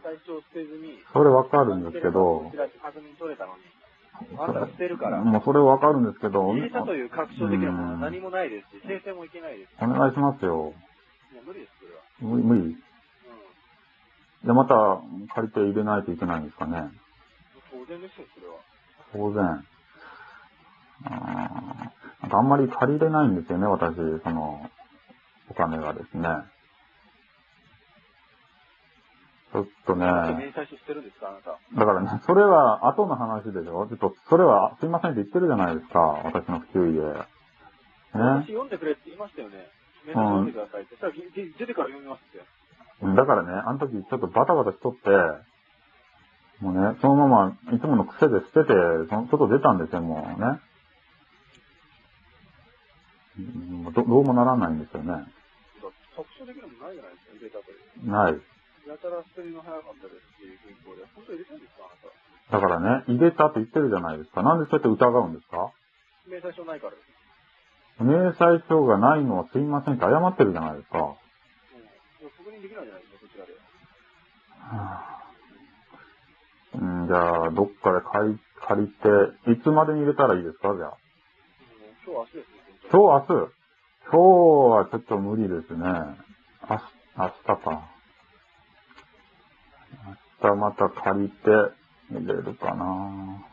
最初捨てずに。それわかるんですけどこち、ら確認取れたのに。あなたが捨てるから。もうそれわかるんですけど、お入願れたという確証的なものは何もないですし、訂正もいけないです。いしますよ。いや、無理です、それは。無理、無理。うん。で、また借りて入れないといけないんですかね。当然ですよ、それは。当然。あーなんかあんまり借りれないんですよね、私、その、お金がですね。ちょっとね、ちょっと明細書捨てるんですか、あなた。だからね、それは後の話でしょちょっと、それはすいませんって言ってるじゃないですか、私の不注意で。ね。私読んでくれって言いましたよね。メール読んでくださいって。そしたらぎぎ出てから読みますって。だからね、あの時ちょっとバタバタしとって、もうね、そのままいつもの癖で捨てて、その外出たんですよ、もうね。うんもうどどうもならないんですよね。特徴的なものないじゃないですか、入れたという。ない。やたら捨てるの早かったですっていう銀行で。本当に入れたんですか、あなた。だからね、入れたと言ってるじゃないですか。なんでそうやって疑うんですか明細書ないからです。明細書がないのはすいませんって謝ってるじゃないですか。うん。はもう確認できないじゃないですか、こちらで。あうん、じゃあ、どっかで借り借りて、いつまでに入れたらいいですかじゃあ。うん今日明日ですね、今本当に。日、明日今日はちょっと無理ですね。明日、明日か。明日また借りて入れるかな。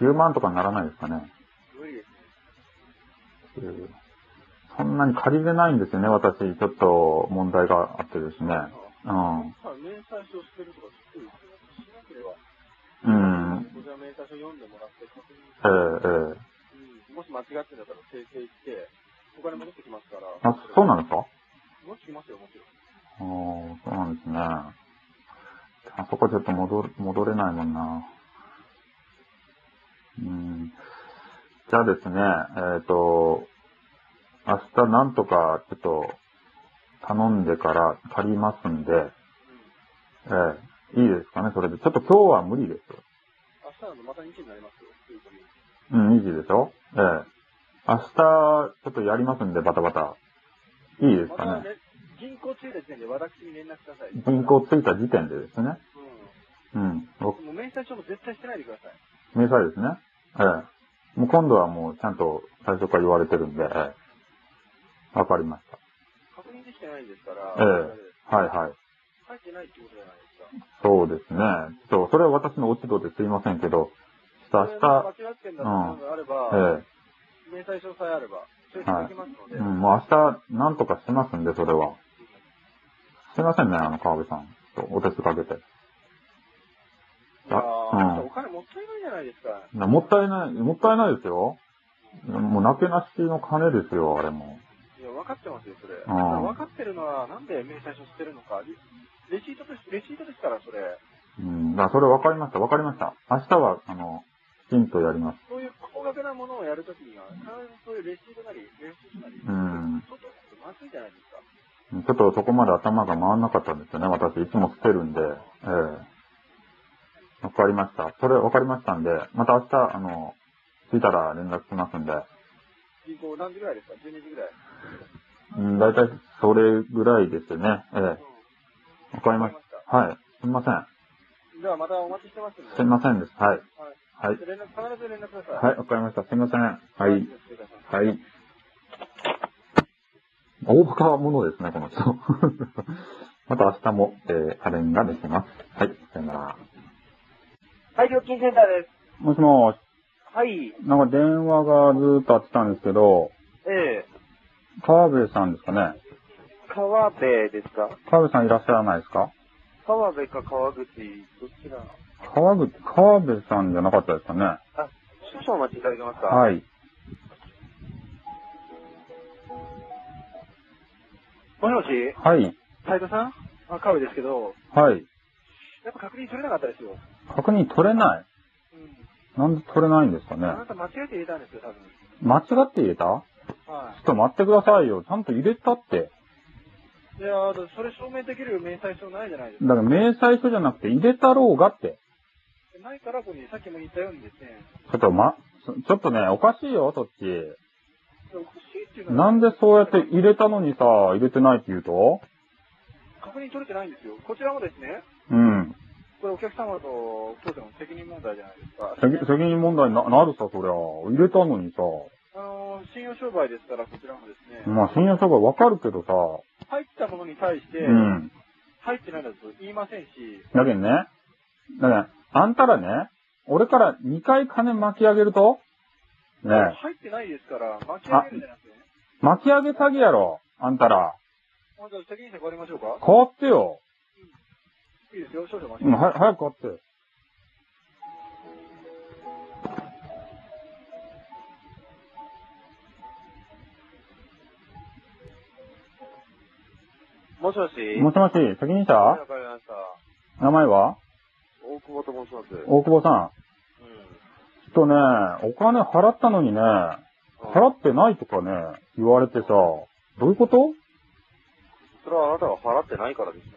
10万とかにならないですかね。無理ですね。えーそんなに借りれないんですよね、私。ちょっと問題があってですね。あうん。あ明細書捨てるとかちょっと言ってしなければ。うん。こちら明細書読んでもらって確認しえて、ーえうーんもし間違ってたら訂正して、お金戻ってきますから。あ、そうなんのですか戻ってきますよ、もちろん。ああ、そうなんですね。あそこちょっと戻る戻れないもんな。うん。じゃあですね、えっ、と、明日なんとかちょっと頼んでから借りますんで、ええいいですかね、それで。ちょっと今日は無理です。明日なのまた2時になりますよ。ということでうん、2時でしょええ明日、ちょっとやりますんで、バタバタ。いいですまかたね。ね、銀行着いた時点で私に連絡ください。銀行着いた時点でですね。ううん。僕、ん。もう明細書も絶対してないでください。明細ですね。ええもう今度はもうちゃんと最初から言われてるんで、ええわかりまし確認できてないんですから、えた。はいはい。入ってないってことじゃないですか。そうですね。ちょっと、それは私の落ち度ですいませんけど、ちょっと明日、これ間違ってんだと思うのがあれば、え明細書さえあれば、承認できますのえで、うん、もう明日、なんとかしますんで、それは。すいませんね、あの、川辺さん。ちょっとお手数かけて。いやーあうんお金もったいないじゃないですか。なもったいない、もったいないですよ。もうなけなしの金ですよ、あれも。いや、分かってますよ、それ。ん分かってるのは、なんで明細書してるのか。レレシートです、レシートですから、それ。うん、だからそれ分かりました、分かりました。明日は、あの、きちんとやります。そういう高額なものをやるときには、必ずそういうレシートなり、レシートなり、うんちょっとまずいじゃないですか。ちょっとそこまで頭が回らなかったんですよね、私。いつも捨てるんで。ええ分かりました。それ分かりましたんで、また明日、あの、着いたら連絡しますんで。銀行何時ぐらいですか ?12 時ぐらい。うん、だいたいそれぐらいですね。ええうん分かりまし。わかりましたはい。すみません。た。では、またお待ちしてますんで。すみませんです。はい。はい。はい。連絡、必ず連絡ください。はい、わかりました。すみません。ははいい。はい。大バカ者ですね、この人。 また明日も、えー、アレンができます。はい、さよなら。はい、料金センターです。もしもし、はい。なんか電話がずーっとあってたんですけど、ええ川辺さんですかね川辺ですか川辺さんいらっしゃらないですか川辺か川口、どっちだ川口、川辺さんじゃなかったですかねあ、少々お待ちいただけますかい。はい。もしもしはい。斉藤さんあ、川辺ですけど、はい。やっぱ確認取れなかったですよ。確認取れないうん。なんで取れないんですかねあなた間違えて入れたんですよ、多分。間違って入れたちょはっと待ってくださいよ。ちゃんと入れたって。い。いやー、だってそれ証明できる明細書ないじゃないですだから明細書じゃなくて入れたろうがって。か。ないから、ここにさっきも言ったようにですね、ちょっとま、ちょっとね、おかしいよ、そっち。おかしいっていうのはなんでそうやって入れたのにさ、入れてないって言うと確認取れてないんですよ。こちらもですね、うん。これお客様と当社の責任問題じゃないですか。責責任問題にななるさ、そりゃ。入れたのにさ。あのー信用商売ですから、こちらもですね、まあ、信用証がわかるけどさ。入ったものに対して、うん。入ってないだと言いませんし、だけどね。だけど、あんたらね、俺から2回金巻き上げるとねえ入ってないですから、巻き上げるんじゃなくて、ね、巻き上げ詐欺やろ、あんたら。もうじゃあ責任者変わりましょうか。変わってよ。いいですよ、少々お待うん、ちください。は早く変わって。もしもしもしもし、責は任い者わかりました。名前は大久保と申します。大久保さん。うちょっとね、お金払ったのにね、ん。払ってないとかね、言われてさ、どういうことそれはあなたが払ってないからですね。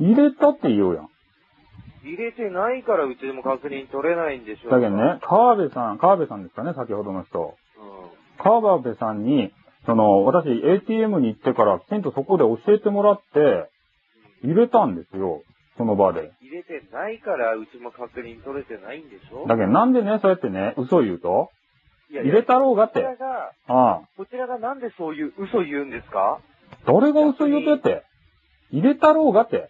入れたって言うやん。入れてないからうちでも確認取れないんでしょうだけど。ね、川辺さん、川辺さんですかね、先ほどの人。う川辺さんに、その、私 ATM に行ってから、きちんとそこで教えてもらって、入れたんですよ。その場で。ん。入れてないからうちも確認取れてないんでしょだけどなんでね、そうやってね、嘘言うといやい入やれたろうがっこちて。らが、ああ。こちらがなんでそういう嘘言うんですか誰が嘘言うとやって。入れたろうがって。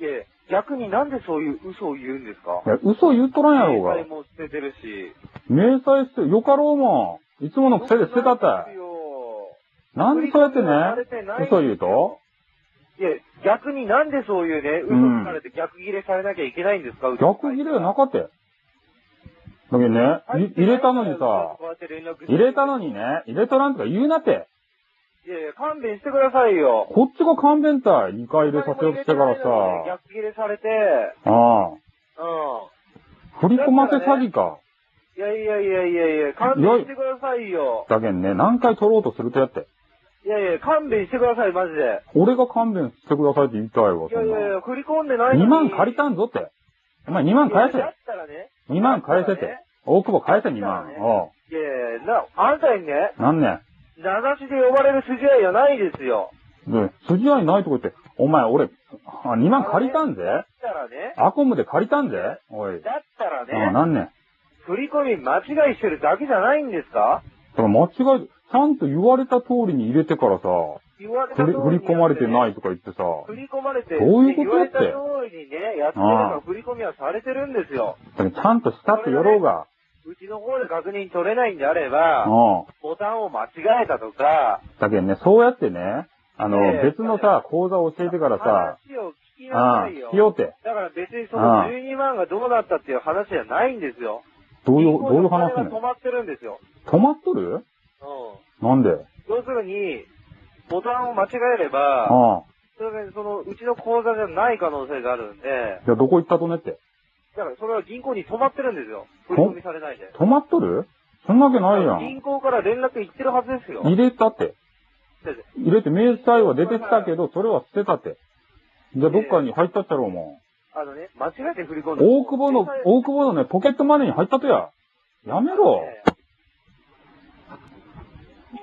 いやいや逆になんでそういう嘘を言うんですかいや、嘘言うとらんやろうが。明細も捨ててるし。明細して、よかろうもん。いつもの癖で捨てたったそ。いうよなんでそうやって振り込みはされてないんね、ですよ嘘言うといや、逆になんでそういうね、うん嘘つかれて逆切れされなきゃいけないんですか、うちの逆切れはなかったよ。だけどね、い入れたのにさ、こうやって連絡して入れたのにね、入れとらんとか言うなって。いやいや、勘弁してくださいよ。こっちが勘弁たい。2回で左折してからさ。逆切れされて、あうあ。振り込ませ詐欺か。ん。いやいやいやいやいや、勘弁してくださいよ。だけんね、何回取ろうとするとやって。いやいや、勘弁してください、マジで。俺が勘弁してくださいって言いたいわ、いそやんいなやい。や、振り込んでないのに。 2万借りたんぞって。お前2万返いやだっせ。たらね。 2万返せだっったらてね。大久保返せ2万だっ。たらねおいやいや、な、あんたにね、う。なんねん。名指しで呼ばれる筋合いはないですよ。で、筋合いないとこ言って、お前俺、あ2万借りたんぜ。だったらね、アコムで借りたんぜ。おい。だったあらね、なんねん。振り込み間違いしてるだけじゃないんですかだから間違い、ちゃんと言われた通りに入れてからさ、言われた通振りりに。振り込まれてないいとか言ってさ、振り込まれて、どういうことだって言われた通りにね、やってるああの振り込みはされてるんですよ。だけどちゃんとしたってやろうが、うちの方で確認取れないんであれば、うん。ボタンを間違えたとか、だけどね、そうやってね、あの、ええ別のさ、講座を教えてからさ、話を聞きなあさいよあ、。ようって、だから別にそあのあ12万がどうなったっていう話じゃないんですよ。どういう、銀ど行ういうの金話がなの止まってるんですよ。止まっとるうなんでん。要するに、ボタンを間違えれあば、あ、それがそのうちの口座じゃない可能性があるんで、じゃあどこ行ったとねって。だからそれは銀行に止まってるんですよ。振ほり込みされないで。止まっとるそんなわけないやん。銀行から連絡行ってるはずですよ。入れたって。だって入れて、明細は出てきたけど、それは捨てたって。じゃあどっかに入ったっちゃろうもん。あのね、間違えて振り込んで大久保の実際、大久保のね、ポケットマネーに入ったとや。やめろ。え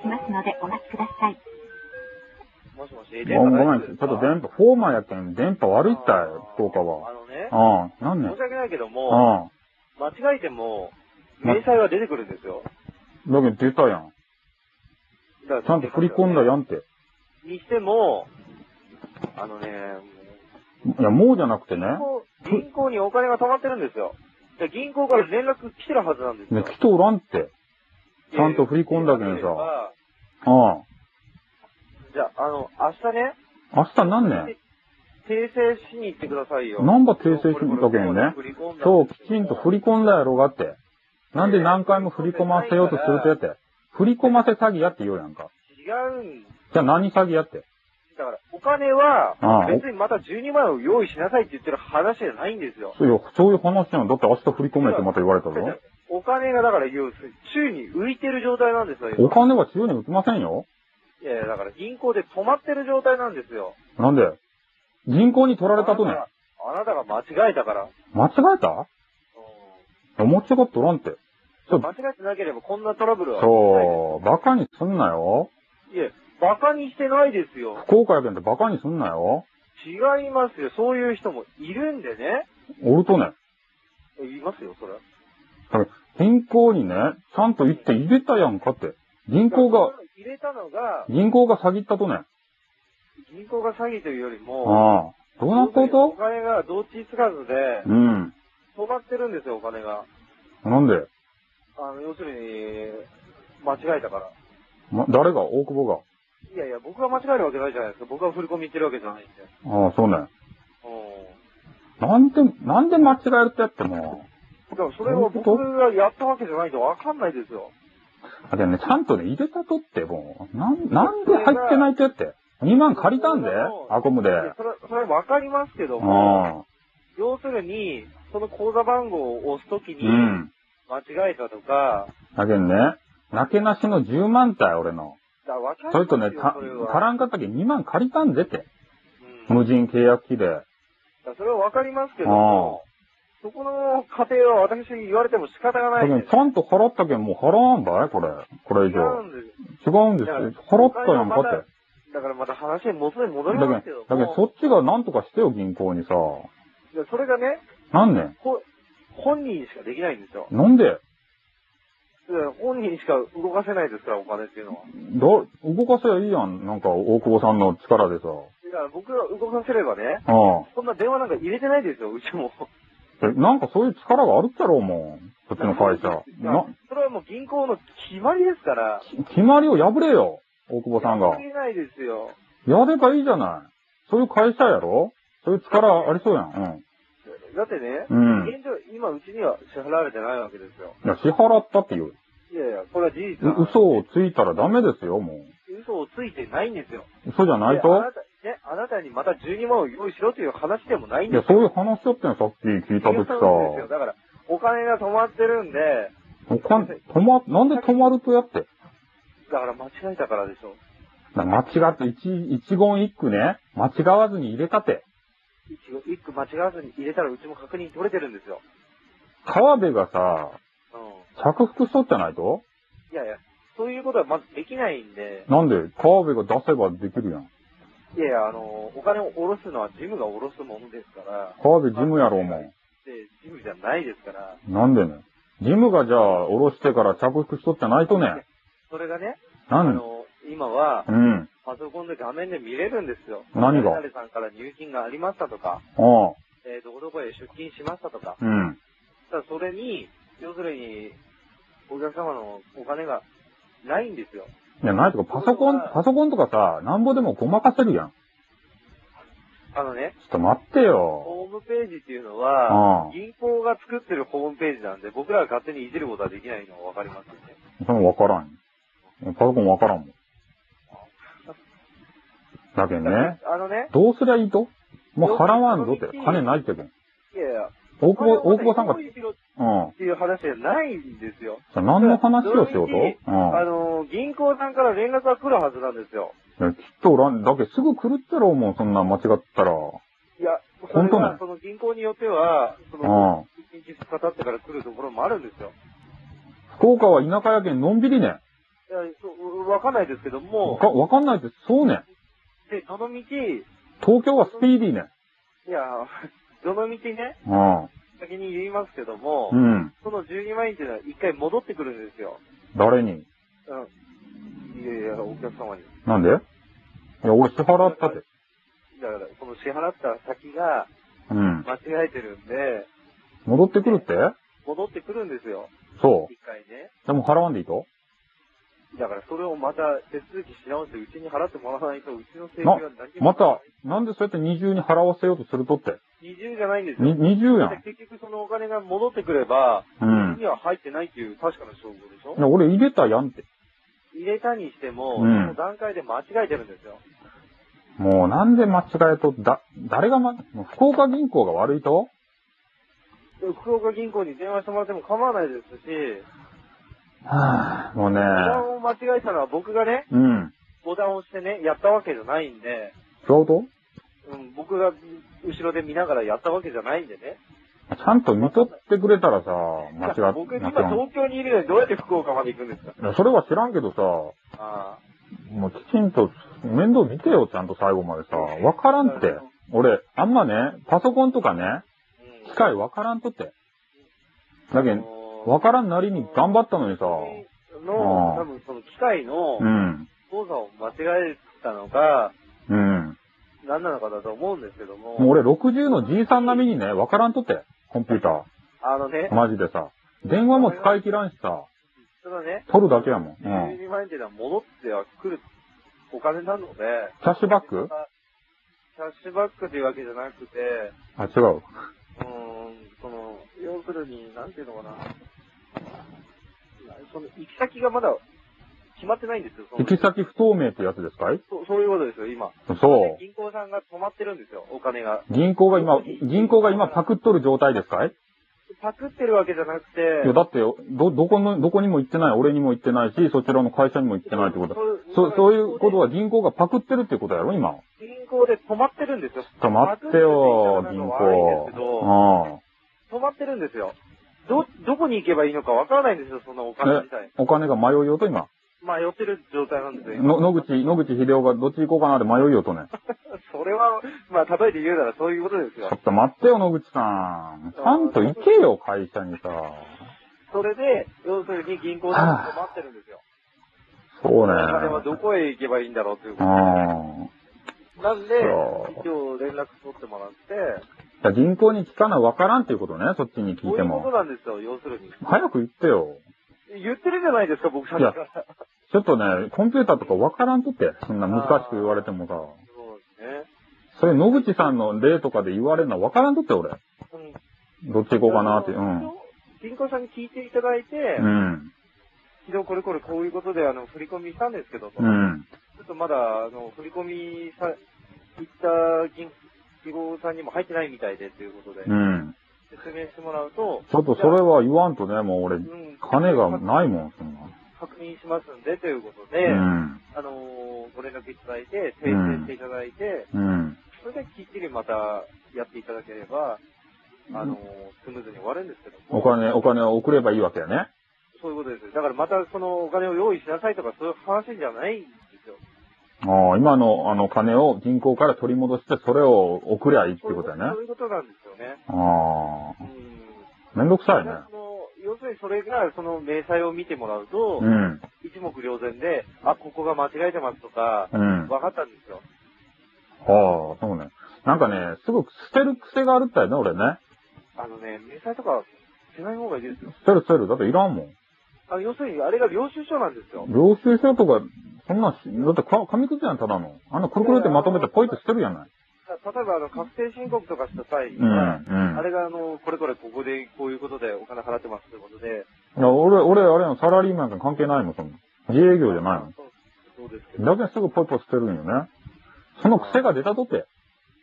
しますのでお待ちください。えもしもし、ごごめん、ち大丈夫ょでっすかと電波、フォーマーやったん電波悪いったい、福岡あは。のね、ああ、なんねん。申し訳ないけども、ああ。間違えても、ま明細は出てくるんですよ。だけど出たやん。だからちゃんと振り込んだやんって。にしても、あのね、いや、もうじゃなくてね。銀行銀行にお金が溜まってるんですよ。で銀行から連絡来てるはずなんですね、よ。来とおらんって。ちゃんと振り込んだけでんさ。さ。ああ。じゃあ、あの、明日ね、明日何ね訂正しに行ってくださいよ。ナンバー訂正しに行ったけんね振り込んだ今日きちんと振り込んだやろうがって。なんで何回も振り込ませようとするとやって。振り込ませ詐欺やって言うやんか。違うんじゃあ何詐欺やって。だから、お金はああ、別にまた12万円を用意しなさいって言ってる話じゃないんですよ。そうよ、そういう話なの。だって明日振り込めってまた言われただぞって。お金がだから、要するに宙に浮いてる状態なんですよ。今お金は自由に浮きませんよ。いやいや、だから銀行で止まってる状態なんですよ。なんで銀行に取られたとね。あなたが間違えたから。間違えたいや間違っとらんって。そう間違えてなければこんなトラブルは。そう、バカにすんなよ。いや、バカにしてないですよ。福岡やけんってバカにすんなよ。違いますよ。そういう人もいるんでね。おるとね、いますよ、それは。銀行にね、ちゃんと行って入れたやんかって。銀行が、。入れたのが、銀行が詐欺ったとね。銀行が詐欺というよりも、ああ。どうなったこおと金がどっちつかずで、うん。止まってるんですよ、お金が。なんで、あの、要するに、間違えたから。ま、誰が大久保が。いやいや、僕が間違えるわけないじゃないですか。僕が振り込み行ってるわけじゃないんで。ああ、そうね。うん。なんで、なんで間違えるってやっても。だからそれは僕がやったわけじゃないとわかんないですよ。だけどね、ちゃんとね、入れたとって、もう。なん、なんで入ってないとやって。2万借りたんで、アコムで。いやそれそれはわかりますけども、ああ。要するに、その口座番号を押すときにう、ん。間違えたとか、だけどね、なけなしの10万体、俺の。だからわかりますよそれとね、た、そ足れはらんかったけ2万借りたんでって。うん無人契約費で。だからそれはわかりますけども、そこの過程は私に言われても仕方がなだけいんどですちゃんと払ったけんもう払わんばいこれ。これ以違う上。んです違うんですよ。払ったやんかって。だからまた話に元に戻りだけどま、だすけけども、どそっちがなんとかしてよ、銀行にさ。いやそれがね、なんねんほ本人にしかできないんですよ。なんでだから本人にしか動かせないですから、お金っていうのは。ど、動かせばいいやん。なんか、大久保さんの力でさ。だから僕が動かせればね、ああ。そんな電話なんか入れてないですよ、うちも。えなんかそういう力があるっちゃろうもん。こっちの会社。な、それはもう銀行の決まりですから。き決まりを破れよ。大久保さんが関。係ないですよ。やればいいじゃない。そういう会社やろそういう力ありそうやん。だってね、うん。うん。現状、今うちには支払われてないわけですよ。いや、支払ったっていう。いやいや、これは事実うなんで嘘をついたらダメですよ、もう。嘘をついてないんですよ。そうじゃないとであなたね、あなたにまた12万を用意しろという話でもないんいでや、すそよ。ういう話だったよ、さっき聞いたそういとうこきさ。とですよ。だから、お金が止まってるんで、おかん、止ま、なんで止まるとやって。だから間違えたからでしょ。な間違って、一、一言一句ね、間違わずに入れたて。一応、一句間違わずに入れたらうちも確認取れてるんですよ。川辺がさ、うん。着服しとってないといやいや、そういうことはまずできないんで、なんで、川辺が出せばできるやん。いやいや、あの、お金を下ろすのはジムが下ろすものですから、川辺ジムやろ、お前。で、ジムじゃないですから、なんでね。ジムがじゃあ、下ろしてから着服しとってないとね。それがね、なあんの、今は、うん。パソコンで画面で見れるんですよ。何が誰々さんから入金がありましたとか、ああ、えーどこどこへ出勤しましたとか、うん。ただそれに、要するに、お客様のお金がないんですよ。いや、ないとか、パソコン、パソコンとかさ、なんぼでもごまかせるやん。ちあのね、ょっと待ってよ。ホームページっていうのうはん、銀行が作ってるホームページなんで、僕らが勝手にいじることはできないのはわかりますよね。それもわからん。パソコンわからんもん。だけどね、あのね、どうすりゃいいともう払わんぞって、金ないってけん。いやいや、大久保、大久保さんが、おう金をまだ用意しろっん。ていう話じゃないんですよ。じゃあ何の話をしようと土日うん。あのー、銀行さんから連絡が来るはずなんですよ。いや、きっとおらん。だけどすぐ狂ったろ、もうそんな間違ったら。いや、それ本当なはのその銀行によっては、その、うん。 1日2日経ってから来るところもあるんですよ。福岡は田舎やけん、のんびりね。いや、そうわかんないですけどわもか、、わかんないって、そうね。で、どの道、い東京はスピーディーね。や、 どの道ね、う先に言いますけども、ん。うん。その12万円っていうのは一回戻ってくるんですよ。誰にうん。いやいや、お客様に。なんでいや、俺支払ったって。だから、この支払った先がうん。間違えてるんで、戻ってくるって戻ってくるんですよ。そ一回ね。う。でも払わんでいいとだから、それをまた手続きし直して、うちに払ってもらわないと、うちの請求なは何、にもまた、なんでそうやって二重に払わせようとするとって。二重じゃないんですよに。二重やだっん。て結局そのお金が戻ってくれば、うんうちには入ってないっていう確かな証拠でしょいや、俺入れたやんって。入れたにしても、うんその段階で間違えてるんですよ。もうなんで間違えと、だ、誰がま、もう福岡銀行が悪いとで福岡銀行に電話してもらっても構わないですし、はぁ、もうねボタンを間違えたのは僕がね、うん。ボタンを押してね、やったわけじゃないんで、違うとうん、僕が後ろで見ながらやったわけじゃないんでね。ちゃんと見とってくれたらさ、間違っ僕間今違う東京にいるのにどうやって福岡まで行くんですかいやそれは知らんけどさ、もあうきちんと面倒見てよ、ちゃんと最後までさ。わからんって。俺、あんまね、パソコンとかね、あ、うん機械わからんとって。だけあど、のーわからんなりに頑張ったのにさ、の、うん多分その機械のうん、操作を間違えたのか、うん。何なのかだと思うんですけども、もう俺60のじいさん並みにね、わからんとって、コンピュータあのねー。、マジでさ。電話も使い切らんしさ、そのね、取るだけやもん。うん。 12万円っていうのは戻ってはくるお金なので、キャッシュバックキャッシュバックというわけじゃなくて、あ、違う。うーん、その、要するに、なんていうのかな、その行き先がまだ決まってないんですよ。その行き先不透明ってやつですかいそうそういうことですよ、今。そう。銀行さんが止まってるんですよ、お金が。銀行が今、銀行が今パクっとる状態ですかいパクってるわけじゃなくて、いや、だって、ど、どこの、どこにも行ってない、俺にも行ってないし、そちらの会社にも行ってないってこと。そう、そういうことは銀行がパクってるってことやろ、今。銀行で止まってるんですよ。ちょっと待ってよ、パクって銀言ったらなんか悪いんですけど行。止まってるんですよ。ど、どこに行けばいいのかわからないんですよ、そのお金自体。うん。お金が迷いようと、今。まあ、寄ってる状態なんですよ。の、野口、野口秀夫がどっち行こうかなって迷いようとね。それは、まあ、例えて言うならそういうことですちょよ。っと待ってよ、野口さん。ちゃんと行けよ、会社にさ。それで、要するに銀行さんが止まってるんですよ。そうね。お金はどこへ行けばいいんだろうといううこん。と。なんでそう、一応連絡取ってもらって、だから銀行に聞かなわからんっていうことね、そっちにそ聞いうていうことも。なんですよ、要するに。早く行ってよ。言ってるじゃないですか、僕さっきから。ちょっとね、コンピューターとかわからんとって、そんな難しく言われてもさ。そうですね。それ野口さんの例とかで言われるのはわからんとって、俺。うんどっち行こうかなって。うん。銀行さんに聞いていただいて、うん。昨日これこれこういうことであの振り込みしたんですけどと、うん。ちょっとまだあの振り込みさ行った銀記号さんにも入ってないみたいでということで、うん。説明してもらうと、ちょっとそれは言わんとね、もう俺う、ん金がないもん、そんな。確認しますんでということで、うん。あのーご連絡いただいて、訂正していただいて、うん。それできっちりまたやっていただければ、あのースムーズに終わるんですけども。お金、お金を送ればいいわけやね。そういうことです。だからまたそのお金を用意しなさいとかそういう話じゃないんですよ。ああ、今の、あの、金を銀行から取り戻して、それを送りゃいいってそういうここととやね。あそういうことなんですよね。うん。あー、めんどくさいね。その要するにそれがその明細を見てもらうと、うん。一目瞭然で、あ、ここが間違えてますとか、うん。あ分かったんですよ。あ、そうね。なんかね、すぐ捨てる癖があるったよね、俺ね。あのね、明細とかしない方がいいですよ。捨てる捨てる。だっていらんもん。あの要するにあれが領収書なんですよ。領収書とか、そんなんし、だってか紙くずやん、ただの。あんなくるくるってまとめてポイって捨てるやない。例えばあの確定申告とかした際にうん、は、うんあ。れがあの、これこれここでこういうことでお金払ってますということで。いや、俺、俺、あれのサラリーマンなんか関係ないもん、そんな。自営業じゃないもん。そうそうですけど。だけどすぐポイポイ捨てるんよね。その癖が出たとて。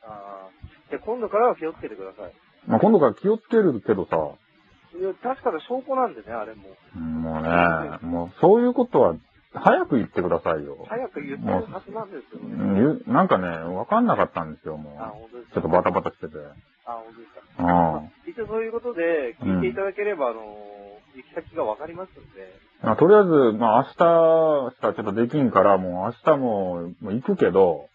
あーで今度からは気をつけてください。まあ、今度から気をつけるけどさ、いや確かな証拠なんでね、あれも。もうね、もうそういうことは早く言ってくださいよ。早く言ってるはずなんですようね。んゆなんかね、わかんなかったんですよ、もあ、う。本当ですか。ちょっとバタバタしてて。あ、本当ですか。うまんあ。一応そういうことで、聞いていただければ、あのー、行き先がわかりますんで。まあ、とりあえず、まあ、明日しかちょっとできんから、もう明日も、もう行くけど、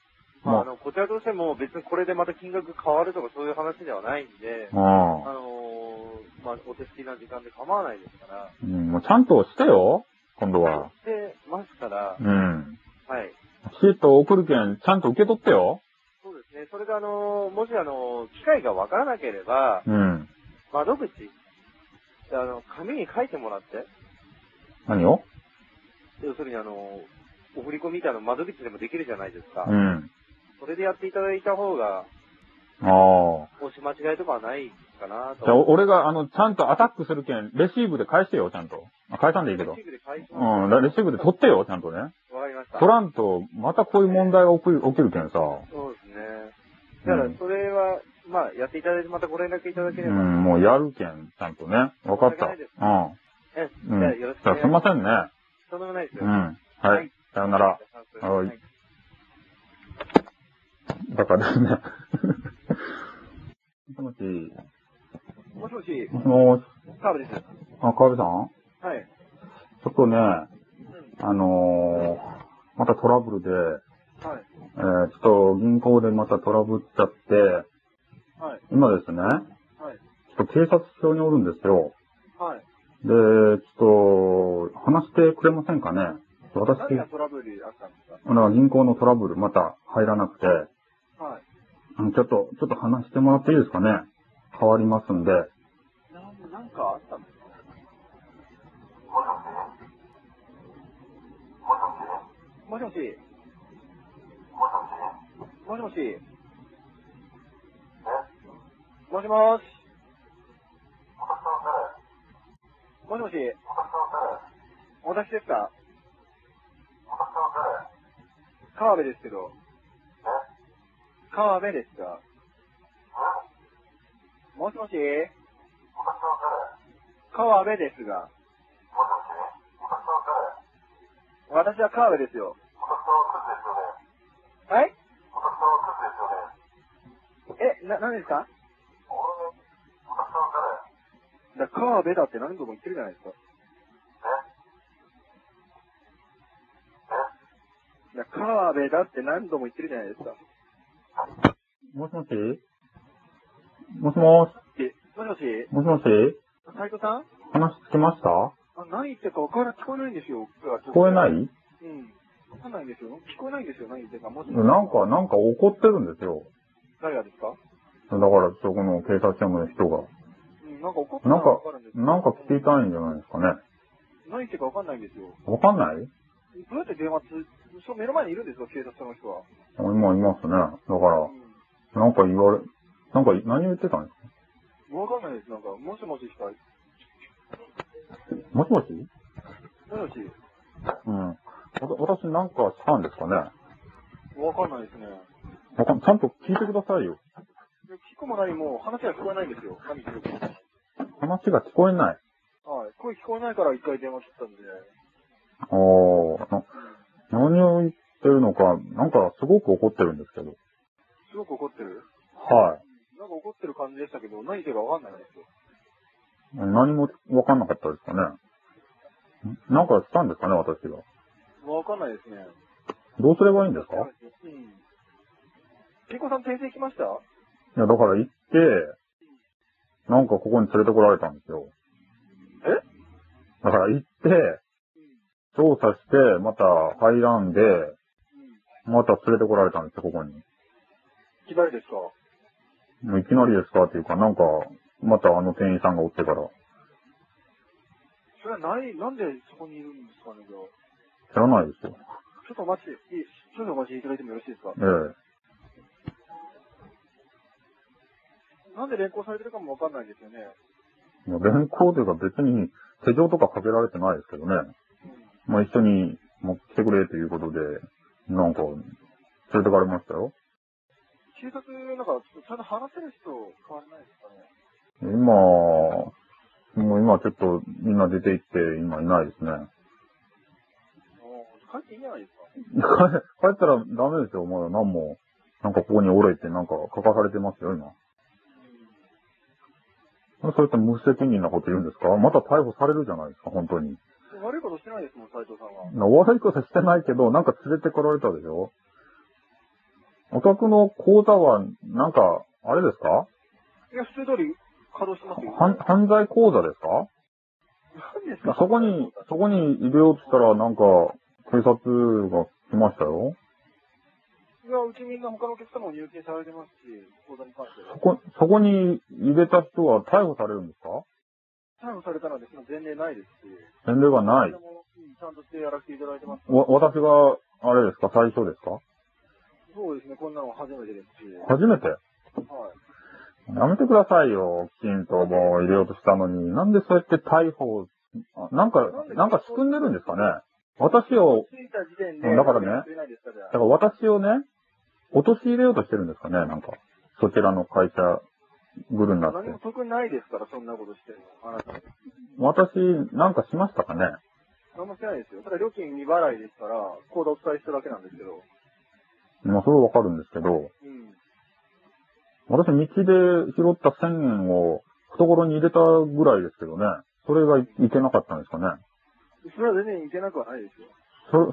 まあ、まあの、こちらとしても別にこれでまた金額変わるとかそういう話ではないんで、ああ、のー、まあ、お手すきな時間で構わないですから、うん。うん、もうちゃんとしてよ、今度は。で、ますからう、ん。はい。きちっと送る券ちゃんと受け取ってよ。そうですね。それであのー、もしあのー、機械がわからなければ、うん。窓口、あの、紙に書いてもらって、何を要するにあのー、お振り込みみたいなの窓口でもできるじゃないですか。うん。それでやっていただいた方が、ああ。押し間違いとかはないかなと。じゃあ、お俺が、あの、ちゃんとアタックする券、レシーブで返してよ、ちゃんと。あ返さんでいいけどレ。シーブで返しますうん、レシーブで取ってよ、ちゃんとね。わかりました。取らんと、またこういう問題が起きる、起きるけんさ。そうですね。だから、それは、まあ、やっていただいて、またご連絡いただけうれば。ん、もうやるけん、ちゃんとね。わかった。うえ、じん。ゃあ、うん。よろしくじゃお願あいすいしま。ますせんね。とんでもないですうよ。ん。はい。さよなら。はいはいだからね。 もしもし。もしもし、もしもし。カーブです。あ、川辺さんはい。ちょっとね、あのーまたトラブルで、はい。えーちょっと銀行でまたトラブっちゃって、はい。今ですね、はい。ちょっと警察署におるんですよ。はい。で、ちょっと、話してくれませんかね私、何がトラブルあったんですあの銀行のトラブルまた入らなくて、かはい。あのちょっと、ちょっと話してもらっていいですかね変わりますんで。なんなんかあったんですかもしもしもしもしもしもしもしもし私ですか川辺ですけど川辺ですかもしもし川辺ですが。私は川辺ですよ。はいえ、な、何ですかだ川辺だって何度も言ってるじゃないですか。だ川辺だって何度も言ってるじゃないですか。もしもしもしもえ、もしもししもしもし斉藤さん話つきましたあ何言ってるか分から聞こえないんですよ。聞こえないうん。わかんないんですよ。聞こえないんですよ。何言ってるか。もしなんか、なんか怒ってるんですよ。誰がですかだから、そこの警察署の人が。うん、なんか怒ってたなのんはかわかるんです、けどなんか聞きたいんじゃないですかね。何言ってるかわかんないんですよ。わかんなどいうやって電話つ、そう目の前にいるんですよ、警察の人は。今いますね。だからう、んなんか言われ、なんか何言ってたんですわかんないです。なんか、もしもししたい。かもしもしもやし、うん。わ私なんかしたんですかねわかんないですね。わかんちゃんと聞いてくださいよ。で聞くも何も話が聞こえないんですよ。何言ってるか。話が聞こえない。はい。声聞こえないから一回電話切ったんで。おー、な何を言ってるのか、なんかすごく怒ってるんですけど。すごく怒ってるはい。なんか怒ってる感じでしたけど、何言ってるかわかんないんですよ。何もわかんなかったですかねんなんかしたんですかね私が。わかんないですね。どうすればいいんですかいうん。ピコさん訂正来ましたや、だから行って、なんかここに連れてこられたんですよ。えだから行って、調査して、また入らんで、また連れてこられたんですよ、ここに。左ですかもういきなりですかっていうか、なんか、またあの店員さんがおってから、それはない、なんでそこにいるんですかね、じゃあ。知らないですよ。ちょっとお待ち、いいちょっとお待ちいただいてもよろしいですかええ。なんで連行されてるかもわかんないですよね。もう連行というか別に手錠とかかけられてないですけどね。うん。まあ一緒に、もう来てくれということで、なんか、連れてかれましたよ。警察なんか、ちゃんと話せる人変わらないですかね。今、もう今ちょっとみんな出て行って、今いないですね。ああ、帰っていいんじゃないですか帰帰ったらダメですよ、まだ何も。なんかここにおれってなんか書かされてますよ、今。そういった無責任なこと言うんですかまた逮捕されるじゃないですか、本当に。悪いことしてないですもん、斉藤さんは。な悪いことしてないけど、なんか連れてこられたでしょお宅の口座は、なんか、あれですかいや、普通通り稼働してますよ。犯犯罪口座ですか何ですかそこに、そこに入れようとしたら、なんか、警察が来ましたよ。いや、うちみんな他のお客様も入金されてますし、口座に関してはそ。こ、そこに入れた人は逮捕されるんですか逮捕されたので、その前例ないですし。前例がないそれ。もうんちゃんとしてやらせていただいてます。わ、私が、あれですか最初ですかそうですね、こんなの初めてですし。初めてはい。やめてくださいよ。きちんともう入れようとしたのに。なんでそうやって逮捕、あなんか、なんか仕組んでるんですかね私を、着いた時点うで、んだからね着いないですかじゃだあから私をね、陥れようとしてるんですかねなんか。そちらの会社、グルになっ何ても。得ないですから、そんなことしてるの。あなた。私、なんかしましたかね何もしてないですよ。ただ料金未払いですから、コードお伝えしてるだけなんですけど。まあ、それはわかるんですけど、うん。私、道で拾った1000円を懐に入れたぐらいですけどね。それがいいけなかったんですかねそれは全然いけなくはないですよ。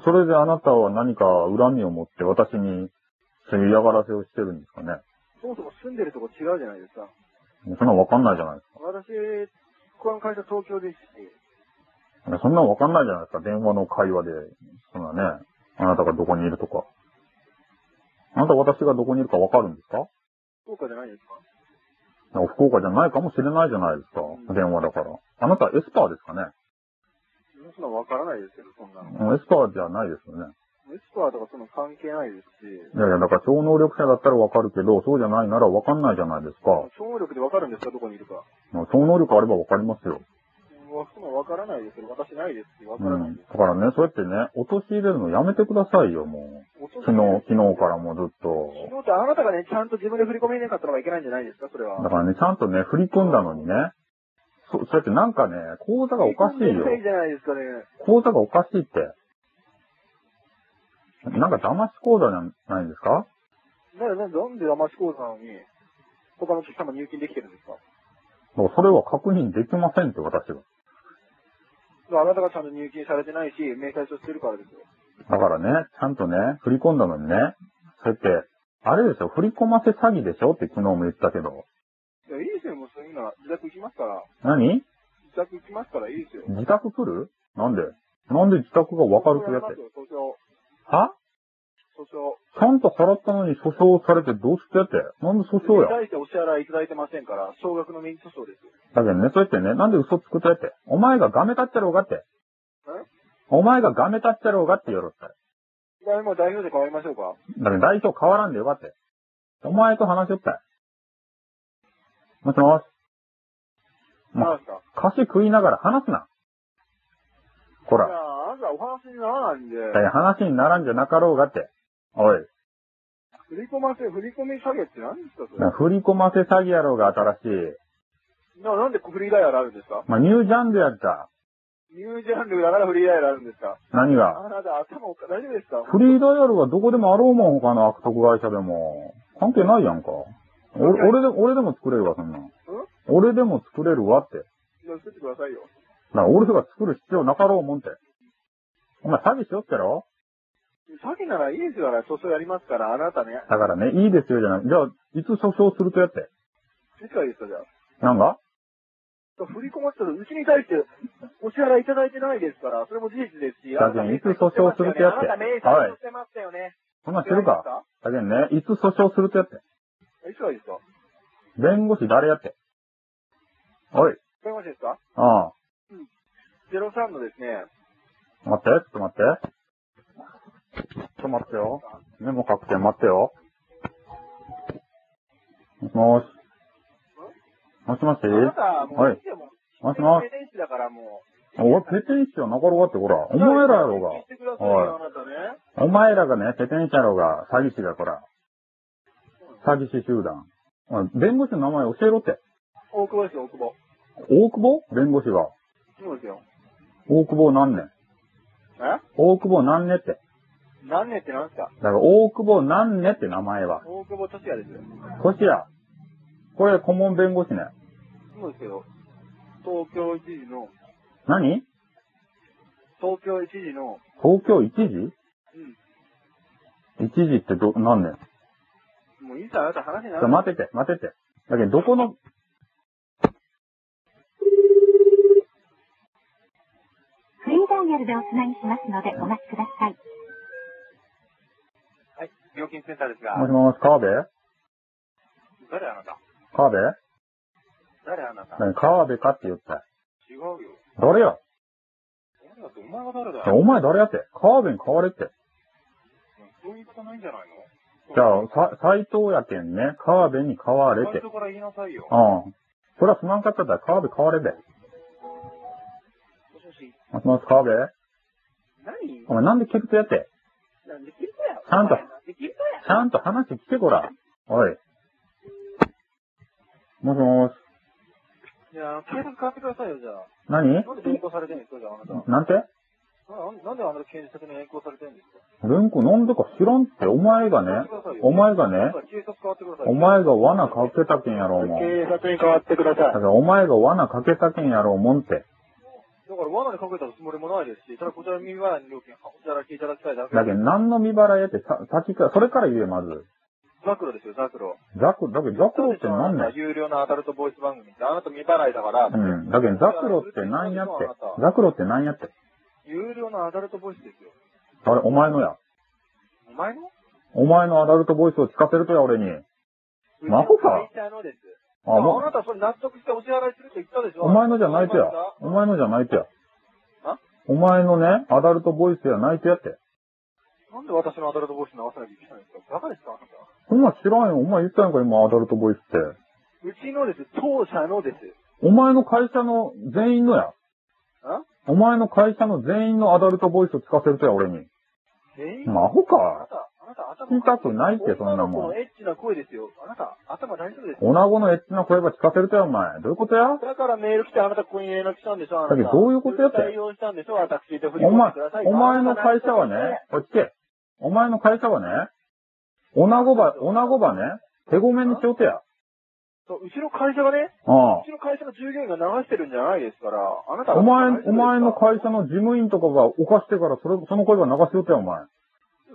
そそれであなたは何か恨みを持って私にそういう嫌がらせをしてるんですかねそもそも住んでるとこ違うじゃないですか。そんなんわかんないじゃないで私、この会社東京ですし、すか。そんなんわかんないじゃないですか。電話の会話で。そんなね、あなたがどこにいるとか。あなた私がどこにいるかわかるんですか福岡じゃないですか。なんか福岡じゃないかもしれないじゃないですか。電話だから。あなたエスパーですかねそんなの分からないですけど、そんなの。うんエスパーじゃないですよね。エスパーとかその関係ないですし、いやいや、だから超能力者だったらわかるけど、そうじゃないならわかんないじゃないですか。超能力で分かるんですか、どこにいるか。超能力あればわかりますうよ。んそんなの分からないですけど、私ないですし、分うからないん。でだす。からね、そうやってね、陥れるのやめてくださいよ、もう。昨昨日、昨日からもうずっと。昨日ってあなたがね、ちゃんと自分で振り込めなかったのがいけないんじゃないですか、それは。だからね、ちゃんとね、振り込んだのにね。そ、そうやってなんかね、口座がおかしいよ振り込んで。ないじゃないですかね。口座がおかしいって。なんか騙し口座じゃないんですかななんで、なんで騙し口座なのに、他のお客様入金できてるんですかだからそれは確認できませんって、私は。あなたがちゃんと入金されてないし、明細書してるからですよ。だからね、ちゃんとね、振り込んだのにね。そうやって、あれですよ、振り込ませ詐欺でしょって昨日も言ったけど。いや、いいですよ、もうそういうのは。自宅行きますから。何自宅行きますから、いいですよ。自宅来るなんでなんで自宅がわかるとやって。訴訟、は訴訟。ちゃんと払ったのに訴訟されてどうしてって。なんで訴訟や。に対してお支払いいただいてませんから、少額の民事訴訟ですよ。だけどね、そうやってね、なんで嘘つくとやって。お前がガメ立ってろうがって。お前がガメ立ってろうがって言うろって。じゃあ、もう代表で変わりましょうか。だけど代表変わらんでよかって。お前と話しよったい。もしもし、何ですか菓子食いながら話すな。こほら、まずはお話にならないんで、え話にならんじゃなかろうがって。おい。振り込ませ、振り込み詐欺って何ですか、それ。な振り込ませ詐欺やろうが新しい。ななんでフリーダイヤルあるんですかまあ、ニュージャンルやった。ニュージャンルだからフリーダイヤルあるんですか何が。あなた頭おか、大丈夫ですかフリーダイヤルはどこでもあろうもん、他の悪徳会社でも。関係ないやんか。お俺で、俺でも作れるわ、そんなん。俺でも作れるわって。じゃあ作ってくださいよ。な、俺が作る必要なかろうもんって。お前詐欺しよってろ詐欺ならいいですよ、だから訴訟やりますから、あなたね。だからね、いいですよじゃない。じゃあ、いつ訴訟するとやって。いつからですか、じゃあ。なんが振り込ませたら、うちに対してお支払いいただいてないですから、それも事実ですし、だけどいつ訴訟するってやつあなた名産してましたよね。そんなんするか。だけどね、いつ訴訟するとやって。いつがいいですか弁護士誰やって。おい。弁護士ですかああ。 ?03 のですね、待って、ちょっと待って。ちょっと待ってよ。メモ確定待ってよ。もしもし。もしもしあなた、もう、はい。いつでも、もしもペし。テン師だからもう。おい、ペテン師はなかろうがって、ほら。お前らやろ言ってくだうさが。いよおあなたね。い。お前らがね、ペテン師やろうが、詐欺師が、ほら。詐欺師集団。おい、弁護士の名前教えろって。大久保ですよ、大久保。大久保弁護士が。そうですよ。大久保何年え大久保何年って。何年って何ですかだから、大久保何年って名前は。大久保達也ですよ。こしや。これ、顧問弁護士ね。そうですけど、東京一時の、何東京一時の、東京一時う一時ってど、何年ん、もういいさ、あなた話になちらなょい。待てて、待てて。だけど、どこの、フリーダイヤルでおつなぎしますのでお待ちください。はい、料金センターですがもしもし、川辺誰あなた川辺誰あなた何川辺かって言った。違うよ。誰や誰だって、お前が誰だお前誰やって川辺に変われって。そういうことないんじゃないのじゃあ、さ、斎藤やけんね。川辺に変われ最て。初から言いなさいよ。うん。それはすまんかったら川辺変われで。もしもし、もしもし、川辺何お前なんで聞くとやって。なんで切るかよ。ちゃんとお前なんで切るかよ。ちゃんと話聞けこら。おい。もしもし。いや、対策変わってくださいよ、じゃあ。何なんで連行されてるんですか、じゃあ、あなた。なんてななんであなた検察に連行されてるんですか文庫なんでか知らんって、お前がね、お前がね、警察変わってくださいよ。お前が罠かけたけんやろうもん。警察に変わってくださいだか。らお前が罠かけたけんやろうもんって。だから罠にかけたつもりもないですし、ただこちら耳払いの料金、お支払いいただきたいだけだけど何の未払いやってさ、先から、それから言えまず。ザクロですよ、ザクロ。ザク、だけどザクロって何なん有料のアダルトボイス番組って、あなた未払いだから、うん。だけどザクロって何やって。ザクロって何やって。有料のアダルトボイスですよ。あれ、お前のや。お前のお前のアダルトボイスを聞かせるとや、俺に。マホかうちの会社のです。あ、ああもなたそれ納得してお支払いすると言ったでしう、ょお前のじゃないとや。お前のじゃないとやあ。お前のね、アダルトボイスやないとやって。なんで私のアダルトボイス流さなきゃいけないんですかバカですかあなた。そんなん知らんよ。お前言ったやんか、今、アダルトボイスって。うちのです、当社のです。お前の会社の全員のや。あお前の会社の全員のアダルトボイスを聞かせるとや、俺に。全員マホあなか。た、あなた頭聞きたくないってそんな女のもん子のエッチな声ですよ。あなた、頭大丈夫ですか女子のエッチな声ば聞かせるとや、お前。どういうことやだからメール来てあなたここに連絡したんでしょあなた。だけどどういうことやって対応したんでしょ私と振りお込ん前でください。、お前の会社はね、こっちへ。お前の会社はね、女子ば、女子ばね、手ごめんにしようとや。そう。うちの会社がね、あうちの会社の従業員が流してるんじゃないですから、あなたあ。はお前、お前の大丈夫ですか会社の事務員とかが犯してから、それ、その声ば流しようとや、お前。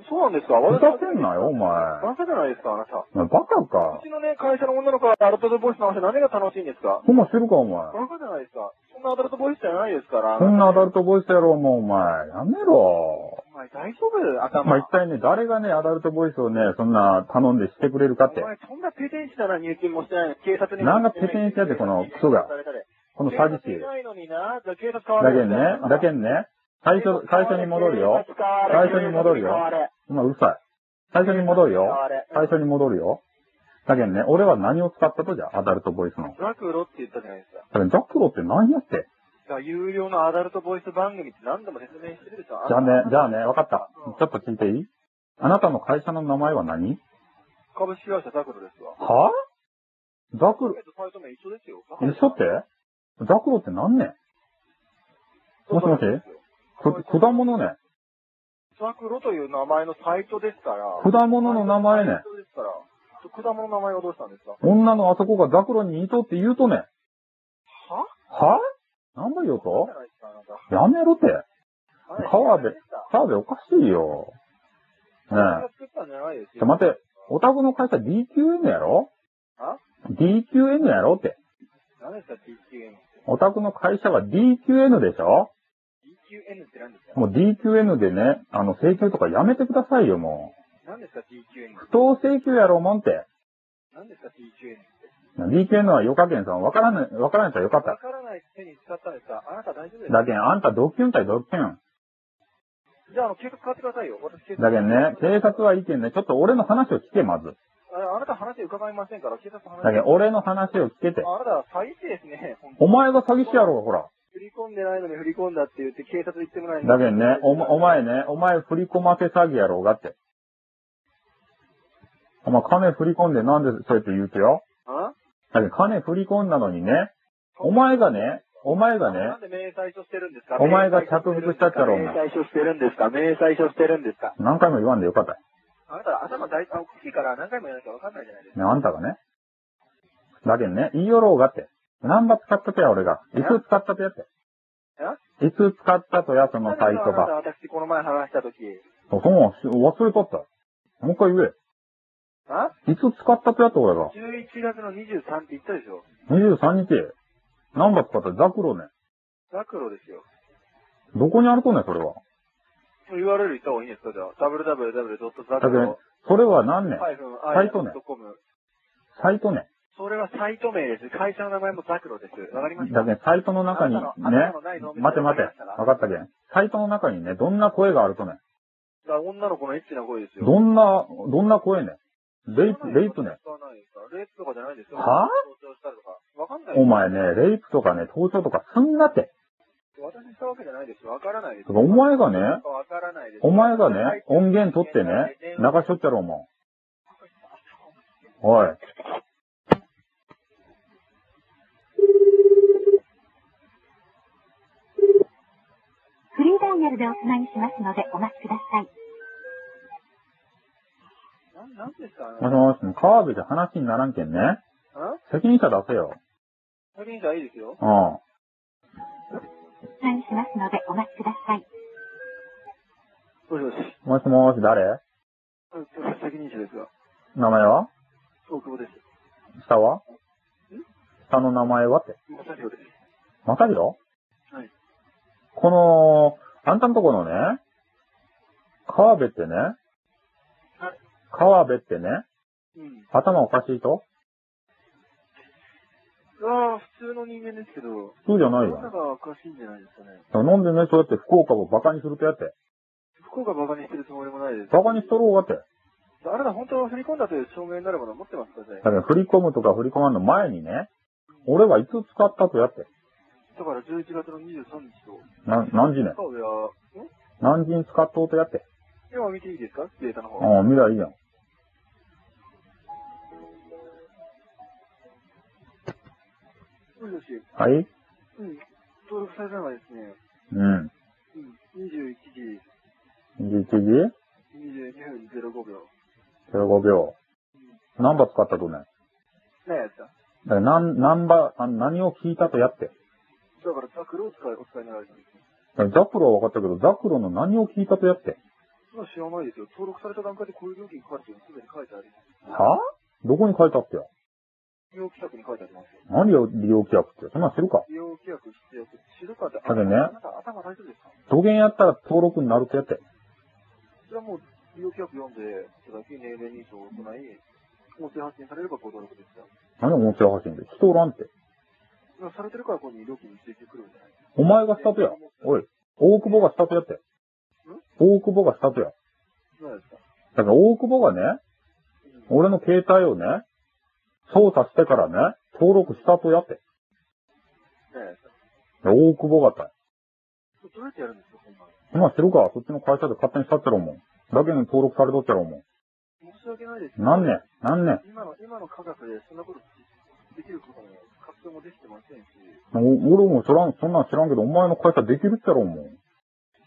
そうなんですかふざけんなよ、お前。バカじゃないですか、あなた。お前バカうか。ちのね、会社の女の子がアルトドボイスの話何が楽しいんですかほんま知るか、お前。バカじゃないですか。そんなアダルトボイスじゃないですから。こんなアダルト。トボイスやろ、もうお前。やめろ。お前大丈夫頭。まあ、一体ね、誰がね、アダルトボイスをね、そんな頼んでしてくれるかってお。前そんなペテン師だな、入金もしてないのに警察に。なんかペテン師やでこのクソがこの詐欺師。警察いないのにな、じゃあ警察変わだるけんね、だけんね、最初、最初に戻るよ。最初に戻るよお前うるさい。最初に戻るよ。最初に戻るよ。だけんね、俺は何を使ったとじゃ、アダルトボイスの。ザクロって言ったじゃないですか。だけど、ザクロって何やってだから有料のアダルトボイス番組って何度も説明してるでしょ。じゃあね、じゃあね、わかったうん。ちょっと聞いていいあなたの会社の名前は何株式会社ザクロですわ。はぁザクロ、えっと、サイト名一緒ですよ。一緒ってザクロって何ねもしもしく、果物ね。ザクロという名前のサイトですから。果物の名前ねサイ。トですから。果物の名前はどうしたんですか女のあそこがザクロにいとって言うとね。ははぁなんだよとじゃないですかあなたやめろって。あれ川辺有名ですか澤部おかしいよ。私ねえが。作ったんじゃないですちよ。ょ、待て。お宅の会社 DQM やろあ ?DQN やろって。何ですか ?DQN って。お宅の会社は DQN でしょ DQN って何ですかもう DQN でね、あの、請求とかやめてくださいよ、も何ですか ?DQN う。不当請求やろ、もんって。何ですか ?DQN って。 DQN はよかけんさん、わからない、わからない人はよかっわた。からない手に使ったんですかあなた大丈夫ですかだけん、あんたドッキュンたいドッキュン。じゃあ、あの、警察変わってくださいよ。私、警察。だけんね、警察は意見ね、ちょっと俺の話を聞け、まず。ああなた話伺いませんから、警察の話。だけん、俺の話を聞けて。あなた、詐欺師ですね。本当おに前が詐欺師やろうが、ほら。振り込んでないのに振り込んだって言って、警察行ってもないだけんね、おま、お。前ね、お前振り込ませ詐欺やろうがって。お前金振り込んでなんでそうやって言うてよ。あだけど金振り込んだのにね、お前がね、お前がね、なんで明細書してるんですかお前が着服したっちゃろお明前細書してるんですか明細書してるんですか何回も言わんでよかった。あなた、頭大、あ、おかしいから何回もやらなきゃわかんないじゃないですか。ね、あんたがね。だけどね、言いよろうがって。何ば使ったとや、俺が。いつ使ったとやって。いつ使ったとや、そのサイトあなが。た、私、この前話したとき。そもそも忘れとった。もう一回言あえ。いつ使ったとやって、俺が。 ?11 月の23って言ったでしょ23日。何ば使ったザクロね。ザクロですよ。どこにあるとね、それは。 URL 言った方がいいんですかじゃあ、だけど www.zacro-com ね、それは何ねサイトね。 com サイトね。それはサイト名です。会社の名前もザクロです。わかりましただけど、サイトの中にねあなたのあなたのない脳、みそ待て待てわかりました、か分かったけん。サイトの中にね、どんな声があるとね、だから女の子のエッチな声ですよ。どんな、どんな声ね、レイプ、レイプね。。レイプとかじゃないですよ。は盗聴したりとか。わかんないですお前ね、。レイプとかね、盗聴とかすんなって。私したわけじゃないですよ。わからないですよ。お前がね、わからないですよ。お前がね、音源取ってね、流しとっちゃろ、お前。おい。フリーダイヤルでおつなぎしますのでお待ちください。ななんですかもねしもし、川辺で話にならんけんね、ん責任者出せよ。責任者いいですよ。うん。おつなぎしますのでお待ちください。もしもし。もしもし、誰うん責任者ですが。名前は大久保です。下はん下の名前はって。まさひろです。まさひろはい。この、あんたんとこのね、川辺ってね、川辺ってね、うん。頭おかしいとああ、普通の人間ですけど、そうじゃない頭よ。がおかしいんじゃないですかね。なんでね、そうやって福岡をバカにするとやって。福岡バカにしてるつもりもないです。バカにしとろうがって。あなた本当は振り込んだという証明になるものを持ってますかねだ。から振り込むとか振り込まんの前にね、俺はいつ使ったとやって。だから11月の23日と。な、何時ね川辺は、ん何時に使っとうとやって。今見ていいですかデータの方。うん、見りゃいいやん。もしもし。はいうん。登録されたのはですね、うん。うん。21時22 11時分05秒。 ?15 秒。何番使ったとね。何やっただから、なん、なんば、あ何を聞いたとやって。だからザクロを使い、お使いになられたんですね。だからザクロは分かったけど、ザクロの何を聞いたとやって。まあ知らないですよ。登録された段階でこういう料金かかるというのすでに書いてある。はぁどこに書いてあってよ。利用規約に書いてありますよ。何を利用規約って。そんなん知るか。利用規約、必要知るかって、だけどねあなた頭大丈夫ですか土源やったら登録になるとやって。それはもう、利用規約読んで、いただき、年齢認証を行い、音声発信されればご登録ですよ。何音声発信で。人おらんって。まあされてるからここに料金に請求来るんじゃないお前がしたとや。おい。大久保がしたとやって。大久保がしたとや。だそうですか。から大久保がね、うん俺の携帯をね、操作してからね、登録したとやって。そうですか。や大久保型や。どうやってやるんですか、こんなの。ほんなら白川はそっちの会社で勝手にしたってろもん。だけに登録されとってろも申し訳ないですけん。どなんねんなんねん今の、今の科学でそんなことできることも、活動もできてませんし、お俺もそらん、そんなん知らんけど、お前の会社できるってろもん。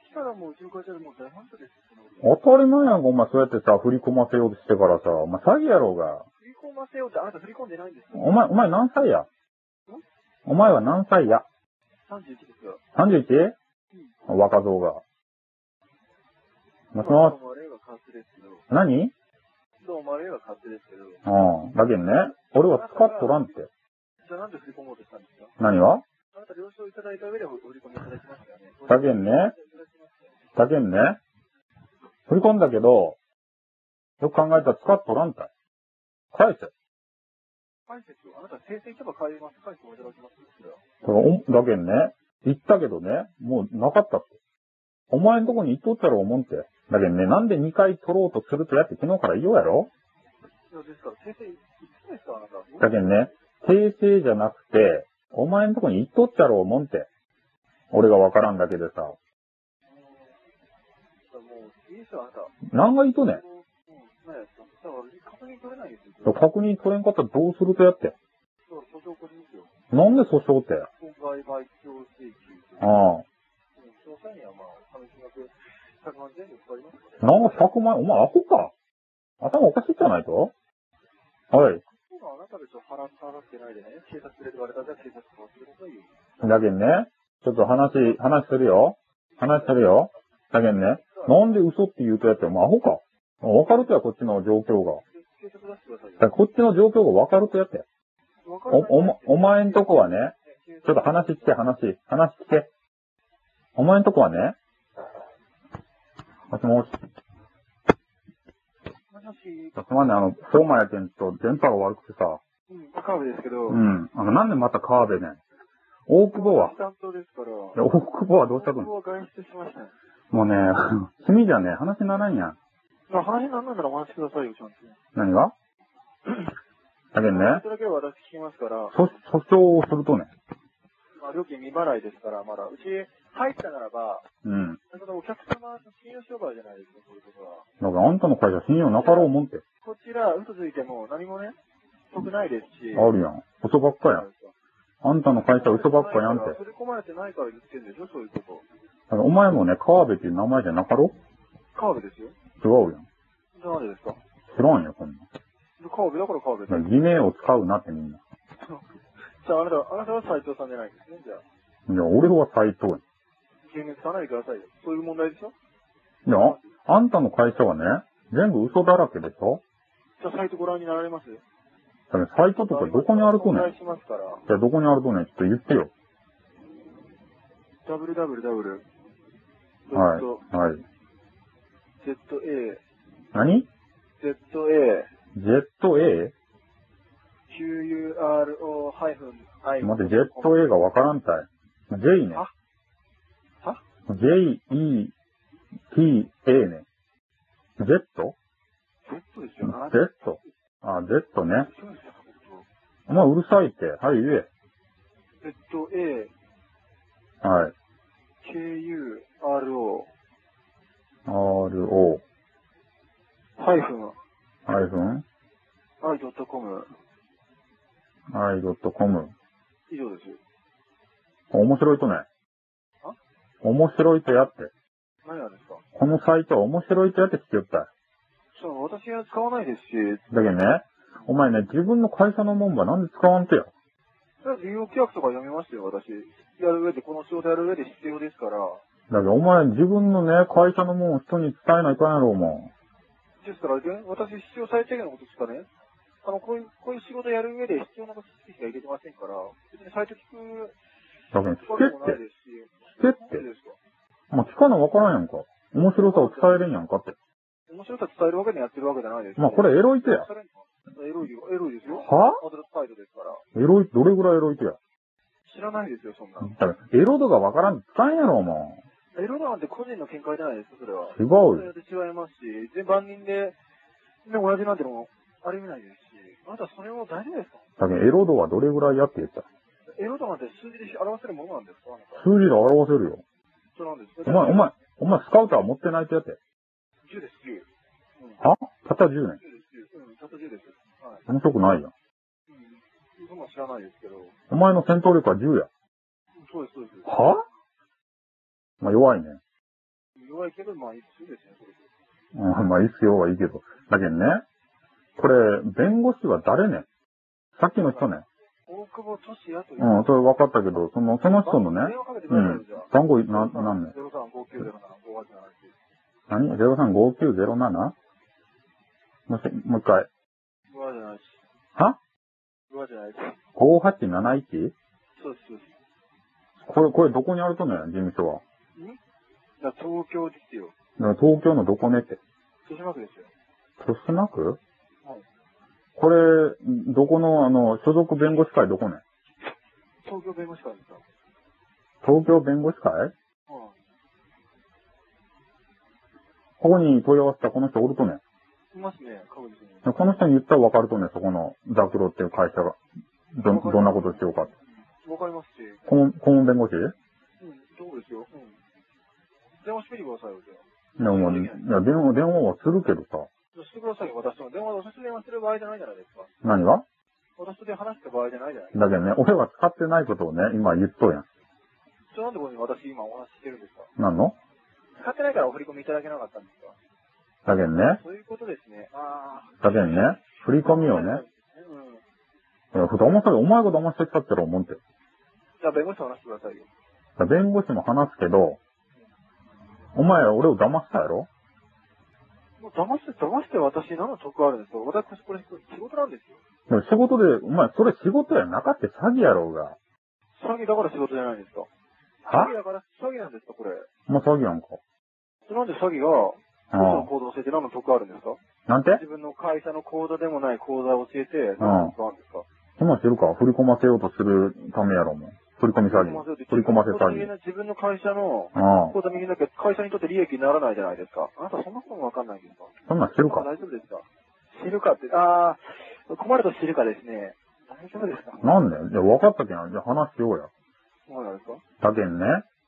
したらもううちの会社でもう大反対ですよ、そんなこと。当たり前やんか、お前そうやってさ、振り込ませようとしてからさ、お前詐欺やろうが。振り込ませようってあなた振り込んでないんですよ。お前、お前何歳やお前は何歳や31ですよ。 ?31? 若造が。どうもあもしもしれが勝手ですけど、何どうもあれが勝手ですけど、うん。だけどね、俺は使っとらんって。じゃあなんで振り込もうとしたんですか何があなた了承いただいた上でお振り込みいただきましたよね。だけんねだけんね、振り込んだけど、よく考えたら使っとらんたい。返せ。解説を、あなた訂正とか変えます。解説をいただきますけど。だからおだけんね、言ったけどね、もうなかったって。お前んとこに言っとったろ、思んて。だけんね、なんで2回取ろうとするとやって昨日から言おうやろいや、ですから、訂正いつですか、あなた。だけんね、訂正じゃなくて、お前んとこに言っとったろ、思んて。俺がわからんだけでさ。もう、いいですよ、あなた。何が言っとねんうん、何やっただから、確認取れないですよ。確認取れんかったらどうするとやって。そう、訴訟起こりますよ。なんで訴訟って。損害賠償請求と。あうん、あ。詳細には、まあ、紙金額、100万全部かかりますので。なんか100万円、お前アホか頭おかしいじゃないとはい。今あなたでしょ、払った払ってないでね、警察連れてかれたら、じゃあ警察とかってくださいよ。だけんね、ちょっと話、話するよ。話するよ。だけんね、なんで嘘って言うとやって、お前アホかわかるとや、こっちの状況が。警察出してくださいだからよ。こっちの状況がわかるとやって。わかお、おま、お前んとこはね、ちちょっと話聞け、話、話聞け。お前んとこはね、もしもし、もしもし、すまんね、あの、相馬やけんと電波が悪くてさ、うん、赤部ですけど、うん、あの、なんでまた川辺ねん。大久保は、担当ですから。いや大久保はどうしたくん僕は外出しましたね。もうね、 君じゃね、話にならんやん。まあ、話なんなんならお話しくださいよ、ちゃんと。何がだけどね、それだけは私聞きますから、そ訴訟をするとね、まあ、料金未払いですから、まだ、うち入ったならば、うん。だけどお客様の信用商売じゃないですか、そういうことは。だからあんたの会社信用なかろうもんって、こちら、嘘ついても何もね、得ないですし。あるやん。嘘ばっかやん。あんたの会社嘘ばっかやんって。だ振り込まれてないから言ってんでしょ、そういうこと。からお前もね、川辺っていう名前じゃなかろカーブですよ。う違うやじん。ゃあ何ですか知らんよ、こんなん。カーブだからカーブだでかす。ら偽名を使うなってみんな。じゃあ、あなた、あなたは斉藤さんじゃないですね、じゃあ。いや、俺は斎藤や牛乳使わないでくださいよ。そういう問題でしょん。いや、あんたの会社はね、全部嘘だらけでしょじゃあ、サイトご覧になられますだから斎藤とかどこにあるとねお願いしますから。じゃあどこにあるとね、ちょっと言ってよ。 www. はい。はい。 z a 何 z a ?ZA? q u r o i 待って、ジェット A がわからんたい。J ね。あは ?J, E, T, A ね。Z?Z? Z ですよ。ああ、Z そうね。ですよ。お前うるさいって。はい、言え。 z a はい。 k u r o R, O, ハイフンハイフン、 i ドットコム I, ドットコム。以上ですよ。面白いとね。面白いとやって。何なんですかこのサイトは面白いとやって聞きよったい。そう、私は使わないですし、だけどね、お前ね、自分の会社のもんばなんで使わんとや。とりあえず利用規約とか読みましたよ、私。やる上で、この仕事やる上で必要ですから。だけど、お前、自分のね、会社のもんを人に伝えないかんやろ、お前。ですから、ね、私、必要最低限のことしかね、あの、こういう、こういう仕事やる上で必要なことしか入れてませんから、別にサイト聞くだけど、わ聞けもなけっいですし、なて、聞けんでって。ですかもう聞かなわからんやんか。面白さを伝えれんやんかって。面白さ伝えるわけにやってるわけじゃないですまあ、これエロいとや。エロいよ、エロいですよ。はアドレスサイトですから。エロい、どれぐらいエロいとや。知らないですよ、そんなの。だから、エロ度がわからんって伝えんやろ、お前。エロなんて個人の見解じゃないですか、それは。違うそれよ。で違いますし、で万人で、で、同じなんてのもありえないですし、あなたそれも大丈夫ですかだけど、エロ度はどれぐらいやって言った。エロとなんて数字で表せるものなんですかあなた。数字で表せるよ。そうなんです。お前、お前、お前スカウター持ってないってやつや。 10です、10。うん。はたった10 10年。です、10。うん、たった10です。はい。面白くないうやん。ん。そんなん知らないですけど。お前の戦闘力は10や。そうです、そうです。はまあ弱いね。弱いけど、まあ、一緒ですね、それで。うん、まあ、いつよはいいけど。だけどね、これ、弁護士は誰ねさっきの人ね。大久保俊也という。うん、それ分かったけど、その、その人のね電、話かけてくださいよ、じゃあ。番号な、なんね ?0359075878。何 ?035907? もう一回、もう一回。うわじゃないし。はうわじゃないし。 5871? そうです、そうです。これ、これどこにあるとね、事務所は。じゃあ東京ですよ。だから東京のどこねって。豊島区ですよ。豊島区はいこれ、どこの、あの、所属弁護士会どこね東京弁護士会ですか東京弁護士会うん。ここに問い合わせたこの人おるとね。いますね、確実に。この人に言ったら分かるとね、そこのザクロっていう会社が、ど、どんなことしようかって。わかりますし。顧問、顧問弁護士うん、そうですよ。うん。電話してみてくださいよ、じゃあ。でももう、いや、電話、電話はするけどさ。じゃあしてくださいよ、私と。電話、私と電話してる場合じゃないじゃないですか。何が私とで話してる場合じゃないじゃないですか。だけどね、俺は使ってないことをね、今言っとうやん。じゃあなんでここに私今お話ししてるんですかなんの使ってないからお振り込みいただけなかったんですかだけどね、そういうことですね。ああ。だけどね、振り込みをね、うん。いや、ふと思ったけど、お前が騙してきたってろ、思って。じゃあ弁護士と話してくださいよ。だから弁護士も話すけど、お前は俺を騙したやろもう騙して、騙して私何の得あるんですか私これ仕事なんですよ。でも仕事で、お前、それ仕事やなかって詐欺やろうが。詐欺だから仕事じゃないですか。は詐欺だから、詐欺なんですかこれ。もう詐欺やんか。なんで詐欺が、う嘘のん。行動を教えて何の得あるんですかなんて自分の会社の口座でもない口座を教えて、ん何の得あるんですかそんなんしてるか振り込ませようとするためやろ、もう。振り込み詐欺。振り込ませ詐欺。自分の会社のああ。口座見なきゃ会社にとって利益にならないじゃないですか。あなたそんなこともわかんないんですかそんなんしてるか大丈夫ですか知るかって、あー、困ると知るかですね。大丈夫ですかなんでじゃ分かったけん。じゃあ話しようや。そうなんですかだけんね、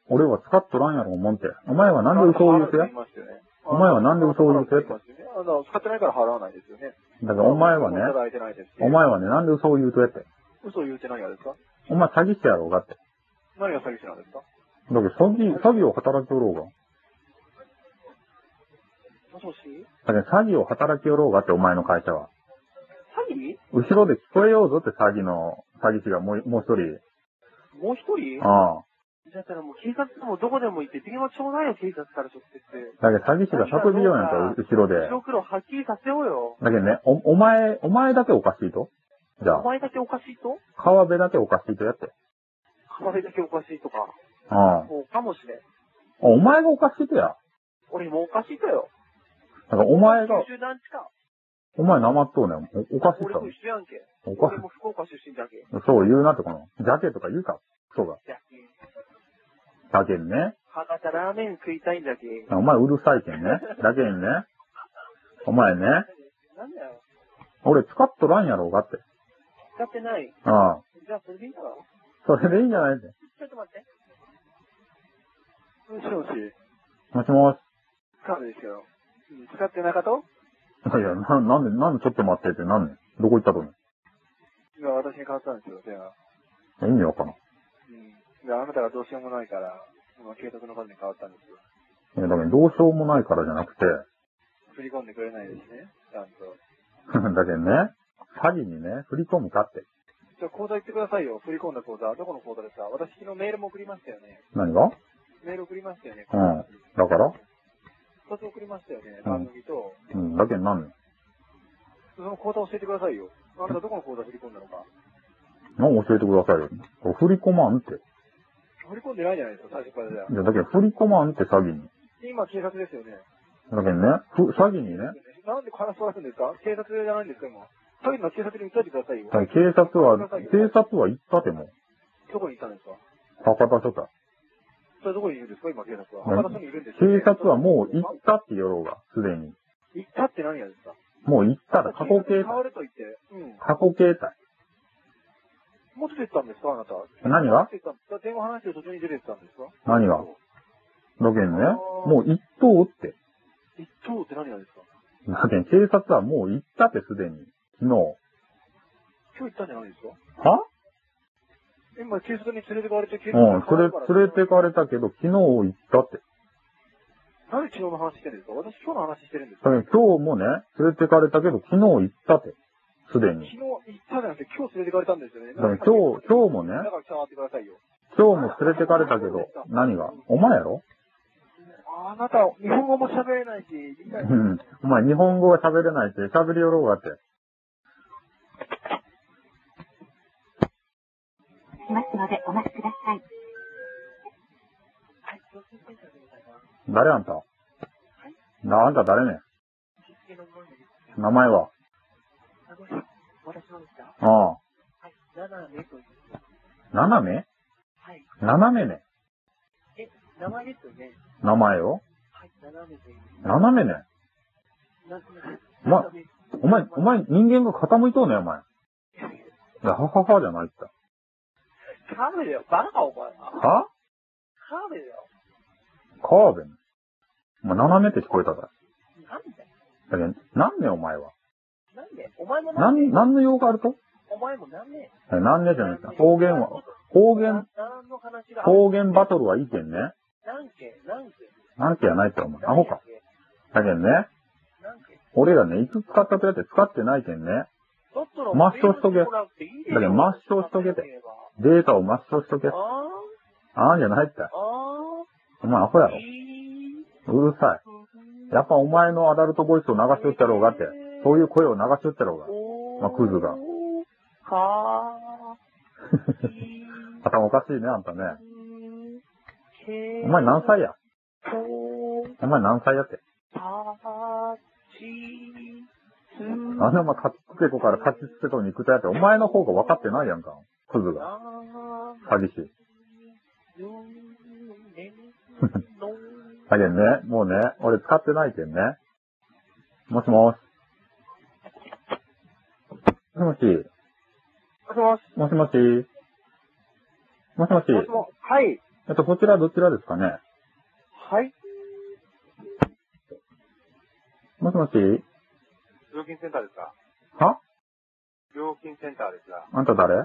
俺は使っとらんやろ、思って。お前はなんで嘘を言うて払って言いましたよねお前はなんで嘘を言うて払って言いましたよねあの、使ってないから払わないですよね。だからお前はねい、ただいてないですしお前はね、なんで嘘を言うとやって。嘘を言うてないやですかお前詐欺師やろうがって。何が詐欺師なんですかだけど、詐欺、詐欺を働きおろうが。もしもしだけど、詐欺を働きおろうがって、お前の会社は。詐欺後ろで聞こえようぞって詐欺の、詐欺師がもう、もう一人。もう一人ああ。だったらもう警察もどこでも行って、電話ちょうだいよ、警察から直接。だけど、詐欺師が叫びようやんか、後ろで。白黒はっきりさせようよ。だけどね、お、お前、お前だけおかしいとじゃおあ、前だけおかしいと川辺だけおかしいとやって。お前だけおかしいとか。ああ。もうかもしれん。お前がおかしいとや。俺もおかしいとよ。だから、お前が、集団地か。お前なまっとうねん。おおかしい俺とと。一緒やんけ。おかし俺も福岡出身だけ。い。そう言うなって、この、ジャケとか言うか。そうが。じゃけ。だけんね。博多ラーメン食いたいんだけ。お前うるさいけんね。だけんね。お前ね、なんだよ。俺使っとらんやろうがって。使ってない。ああ。じゃあ、それでいいだろ。それでいいんじゃないって。ちょっと待って。もしもし、もしもし。使うんですけど。うん使ってなかといや、な、なんで、なんでちょっと待ってって、なんでどこ行ったとね今、私に変わったんですよ、電話。意味わからん。うん。で、あなたがどうしようもないから、今、警察の方に変わったんですよ。いや、だからどうしようもないからじゃなくて、 振り込んでくれないですね、ちゃんと。だけどね、詐欺にね、振り込むかって。じゃあ、口座行ってくださいよ。振り込んだ口座。どこの口座ですか私、昨日メールも送りましたよね。何がメール送りましたよね。うんだから二つ送りましたよね、うん番組と。うん、だけどなんでその口座教えてくださいよ。あなたどこの口座振り込んだのか。なん教えてくださいよ。振り込まんって。振り込んでないじゃないですか、最初からじゃあい。や、だけど振り込まんって詐欺に。今、警察ですよね。だけどね、ふ詐欺にね、なんで話そうすんですか警察じゃないんですか、今。そういうのは警察に訴えてくださいよだ。から警察は、警察は行ったても、どこにいたんですか博多署だ。それどこにいるんですか、今、警察は。うん博多署にいるんですよね警察はもう行ったって言おろうが、すでに。行ったって何やですかもう行ったら過去警察に変形態。わると言って。うん。過去形態。もう出てったんですかあなた。何が出てったんですか電話話してる途中に出てったんですか何がロケのね、もう一等って。一等って何がですかだって警察はもう行ったってすでに。昨日。今日行ったんじゃないですかは今、警察に連れてかれて、警う察にん、連れ、連れてかれたけど、昨日行ったって。何昨日の話してるんですか私今日の話してるんですだかけど今日もね、連れてかれたけど、昨日行ったって。すで昨に。日行ったじゃなくて、今日連れてかれたんですよね。だから今日、今日もね、だから伝わってくださいよ。今日も連れてかれたけど、何がお前やろあなた、日本語も喋れないし、理解うもできないん。お前日本語が喋れないって、喋りよろうがって。しますのでお待ちください。誰あんたなあんた誰ね名前は私のですかあはい、7名という。あ。斜めはい。斜めね。え、名前ですよね。名前をはい、7名という。斜めね。なんとなく。ま斜めお前、お前、人間が傾いとうね、お前。いや、はははじゃないって。カメだよ。バカかお前。カはメだよ。カーベン。お前、斜めって聞こえたから。なんでだけど、何ね、お前は。なんでお前もなん何、で何の用があるとお前もなんでえ何ねじゃないか。方言は、方言、何の話が方言バトルはいいけんね。何件何件なんてやないって、お前。アホか。。だけどね、何件俺らね、いつ使ったとやって使ってないけんね。だったら、抹消しとけだけだけど抹消しとけてデータを抹消しとけあー。ああんじゃないって。あお前アホやー。ろ。いいうるさい。やっぱお前のアダルトボイスを流しとったろうがって。そういう声を流しとったろうが。おーまあクズが。かー。頭おかしいね、あんたね。けお前何歳とやお前何歳やって。たちつあんなお前、カチつけこからカチつけこに行くとやって、お前の方が分かってないやんか。クズが。な詐欺師。ぬねのだけどね、もうね、俺使ってないけんね。もしもし。もしもし。もしもしもしもし。もしもし。もしもはい。えっと、こちらどちらですかねはい。もしもし料金センターですかは料金センターですが。あんた誰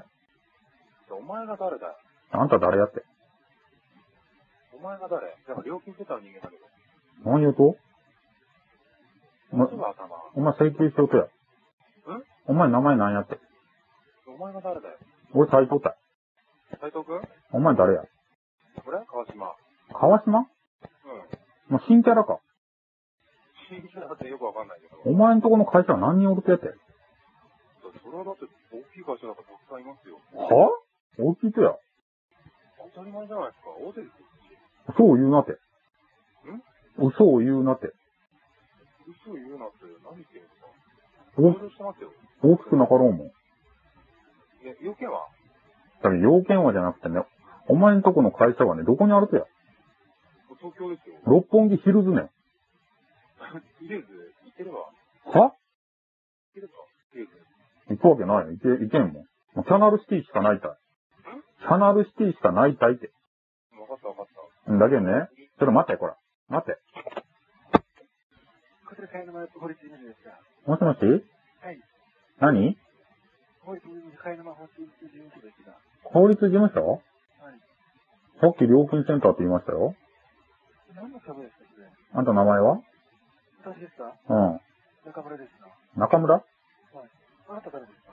お前が誰だよあんた誰やって。お前が誰だから料金センターの人間だけど。何言うとますぐ頭。お前請求しとくや。んお前名前何やって。お前が誰だよ俺斎藤たい。斉藤くんお前誰や俺川島。川うん。島もう新キャラか。新人だってよくわかんないけど。お前んとこの会社は何人おるってやって。それはだって大きい会社だからたくさんいますよ。は大きいとや。当たり前じゃないですか。大手ですよ。嘘を言うなって。嘘を言うなって。嘘言うなって何言ってるんですかお動揺してますよ。大きくなかろうもん。ね、要件はだけど要件はじゃなくてね、お前んとこの会社はね、どこにあるとや。東京ですよ。 六本木ヒルズね。とりあえず、行ければ、は行ければ、とりあえず。行くわけないよ。行け、行けんもん。もうキャナルシティしかないたい。キャナルシティしかないたいって。分かった分かった。うんだけどね、ちょっと待って、こら。待って。こちら会の前法律事務所ですが、もしもしはい。何法律事務所、会の前法律事務所ですが、法律事務所はい。さっき料金センターって言いましたよ。何の株ですか、それ。あんた名前は私ですかうん。中村ですか中村あなた誰ですか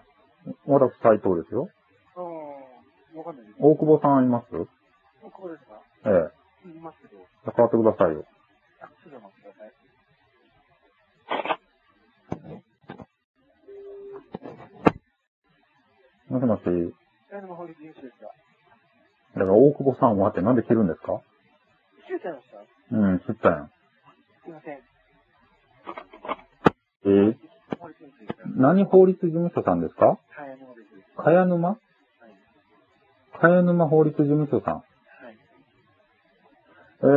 私、斎藤ですよ。うーん、わかんないです。大久保さんいますここですかええ。いますけど、じゃあ変わってくださいよ。あ、ちょっと待ってください。もしもし。会の前法律事務所ですが、だから大久保さんはってなんで切るんですか切れちゃいましたうん、切ったやん。すいません。ええ法律事務所ですが、何法律事務所さんですか会のです。茅沼はい。茅沼法律事務所さん。はい。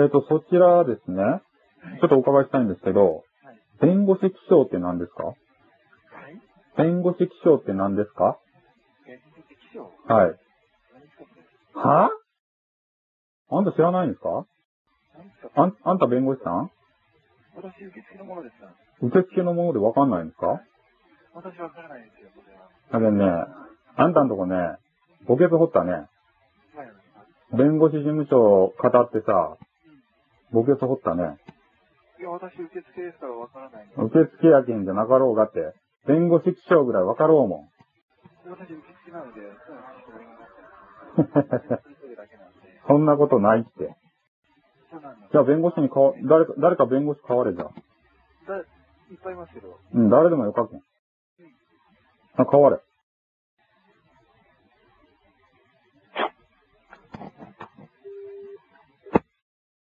えーと、そちらですね。ちょっとお伺いしたいんですけど、はい弁護士気象って何ですかはい。弁護士気象って何ですか弁護の敵将は何使い。ってんですはぁあんた知らないんですか何使ってあん、あんた弁護士さん私受付の者ですが、受付のものでわかんないんですか私わからないですよ、これは。あれね、あんたんとこね、墓穴掘ったね。はい、お願いします弁護士事務所を語ってさ、墓穴掘ったね。いや、私受付ですからわからないんです。受付やけんじゃなかろうがって、弁護士気象ぐらいわかろうもん。私受付なので、そういう話しておりません。 それだけなんで。そんなことないって。そうなんです。じゃあ弁護士にかわ、誰か、誰か弁護士変われじゃあ。だいっぱいいますけど、うん、誰でもよかけん。あ、変われ。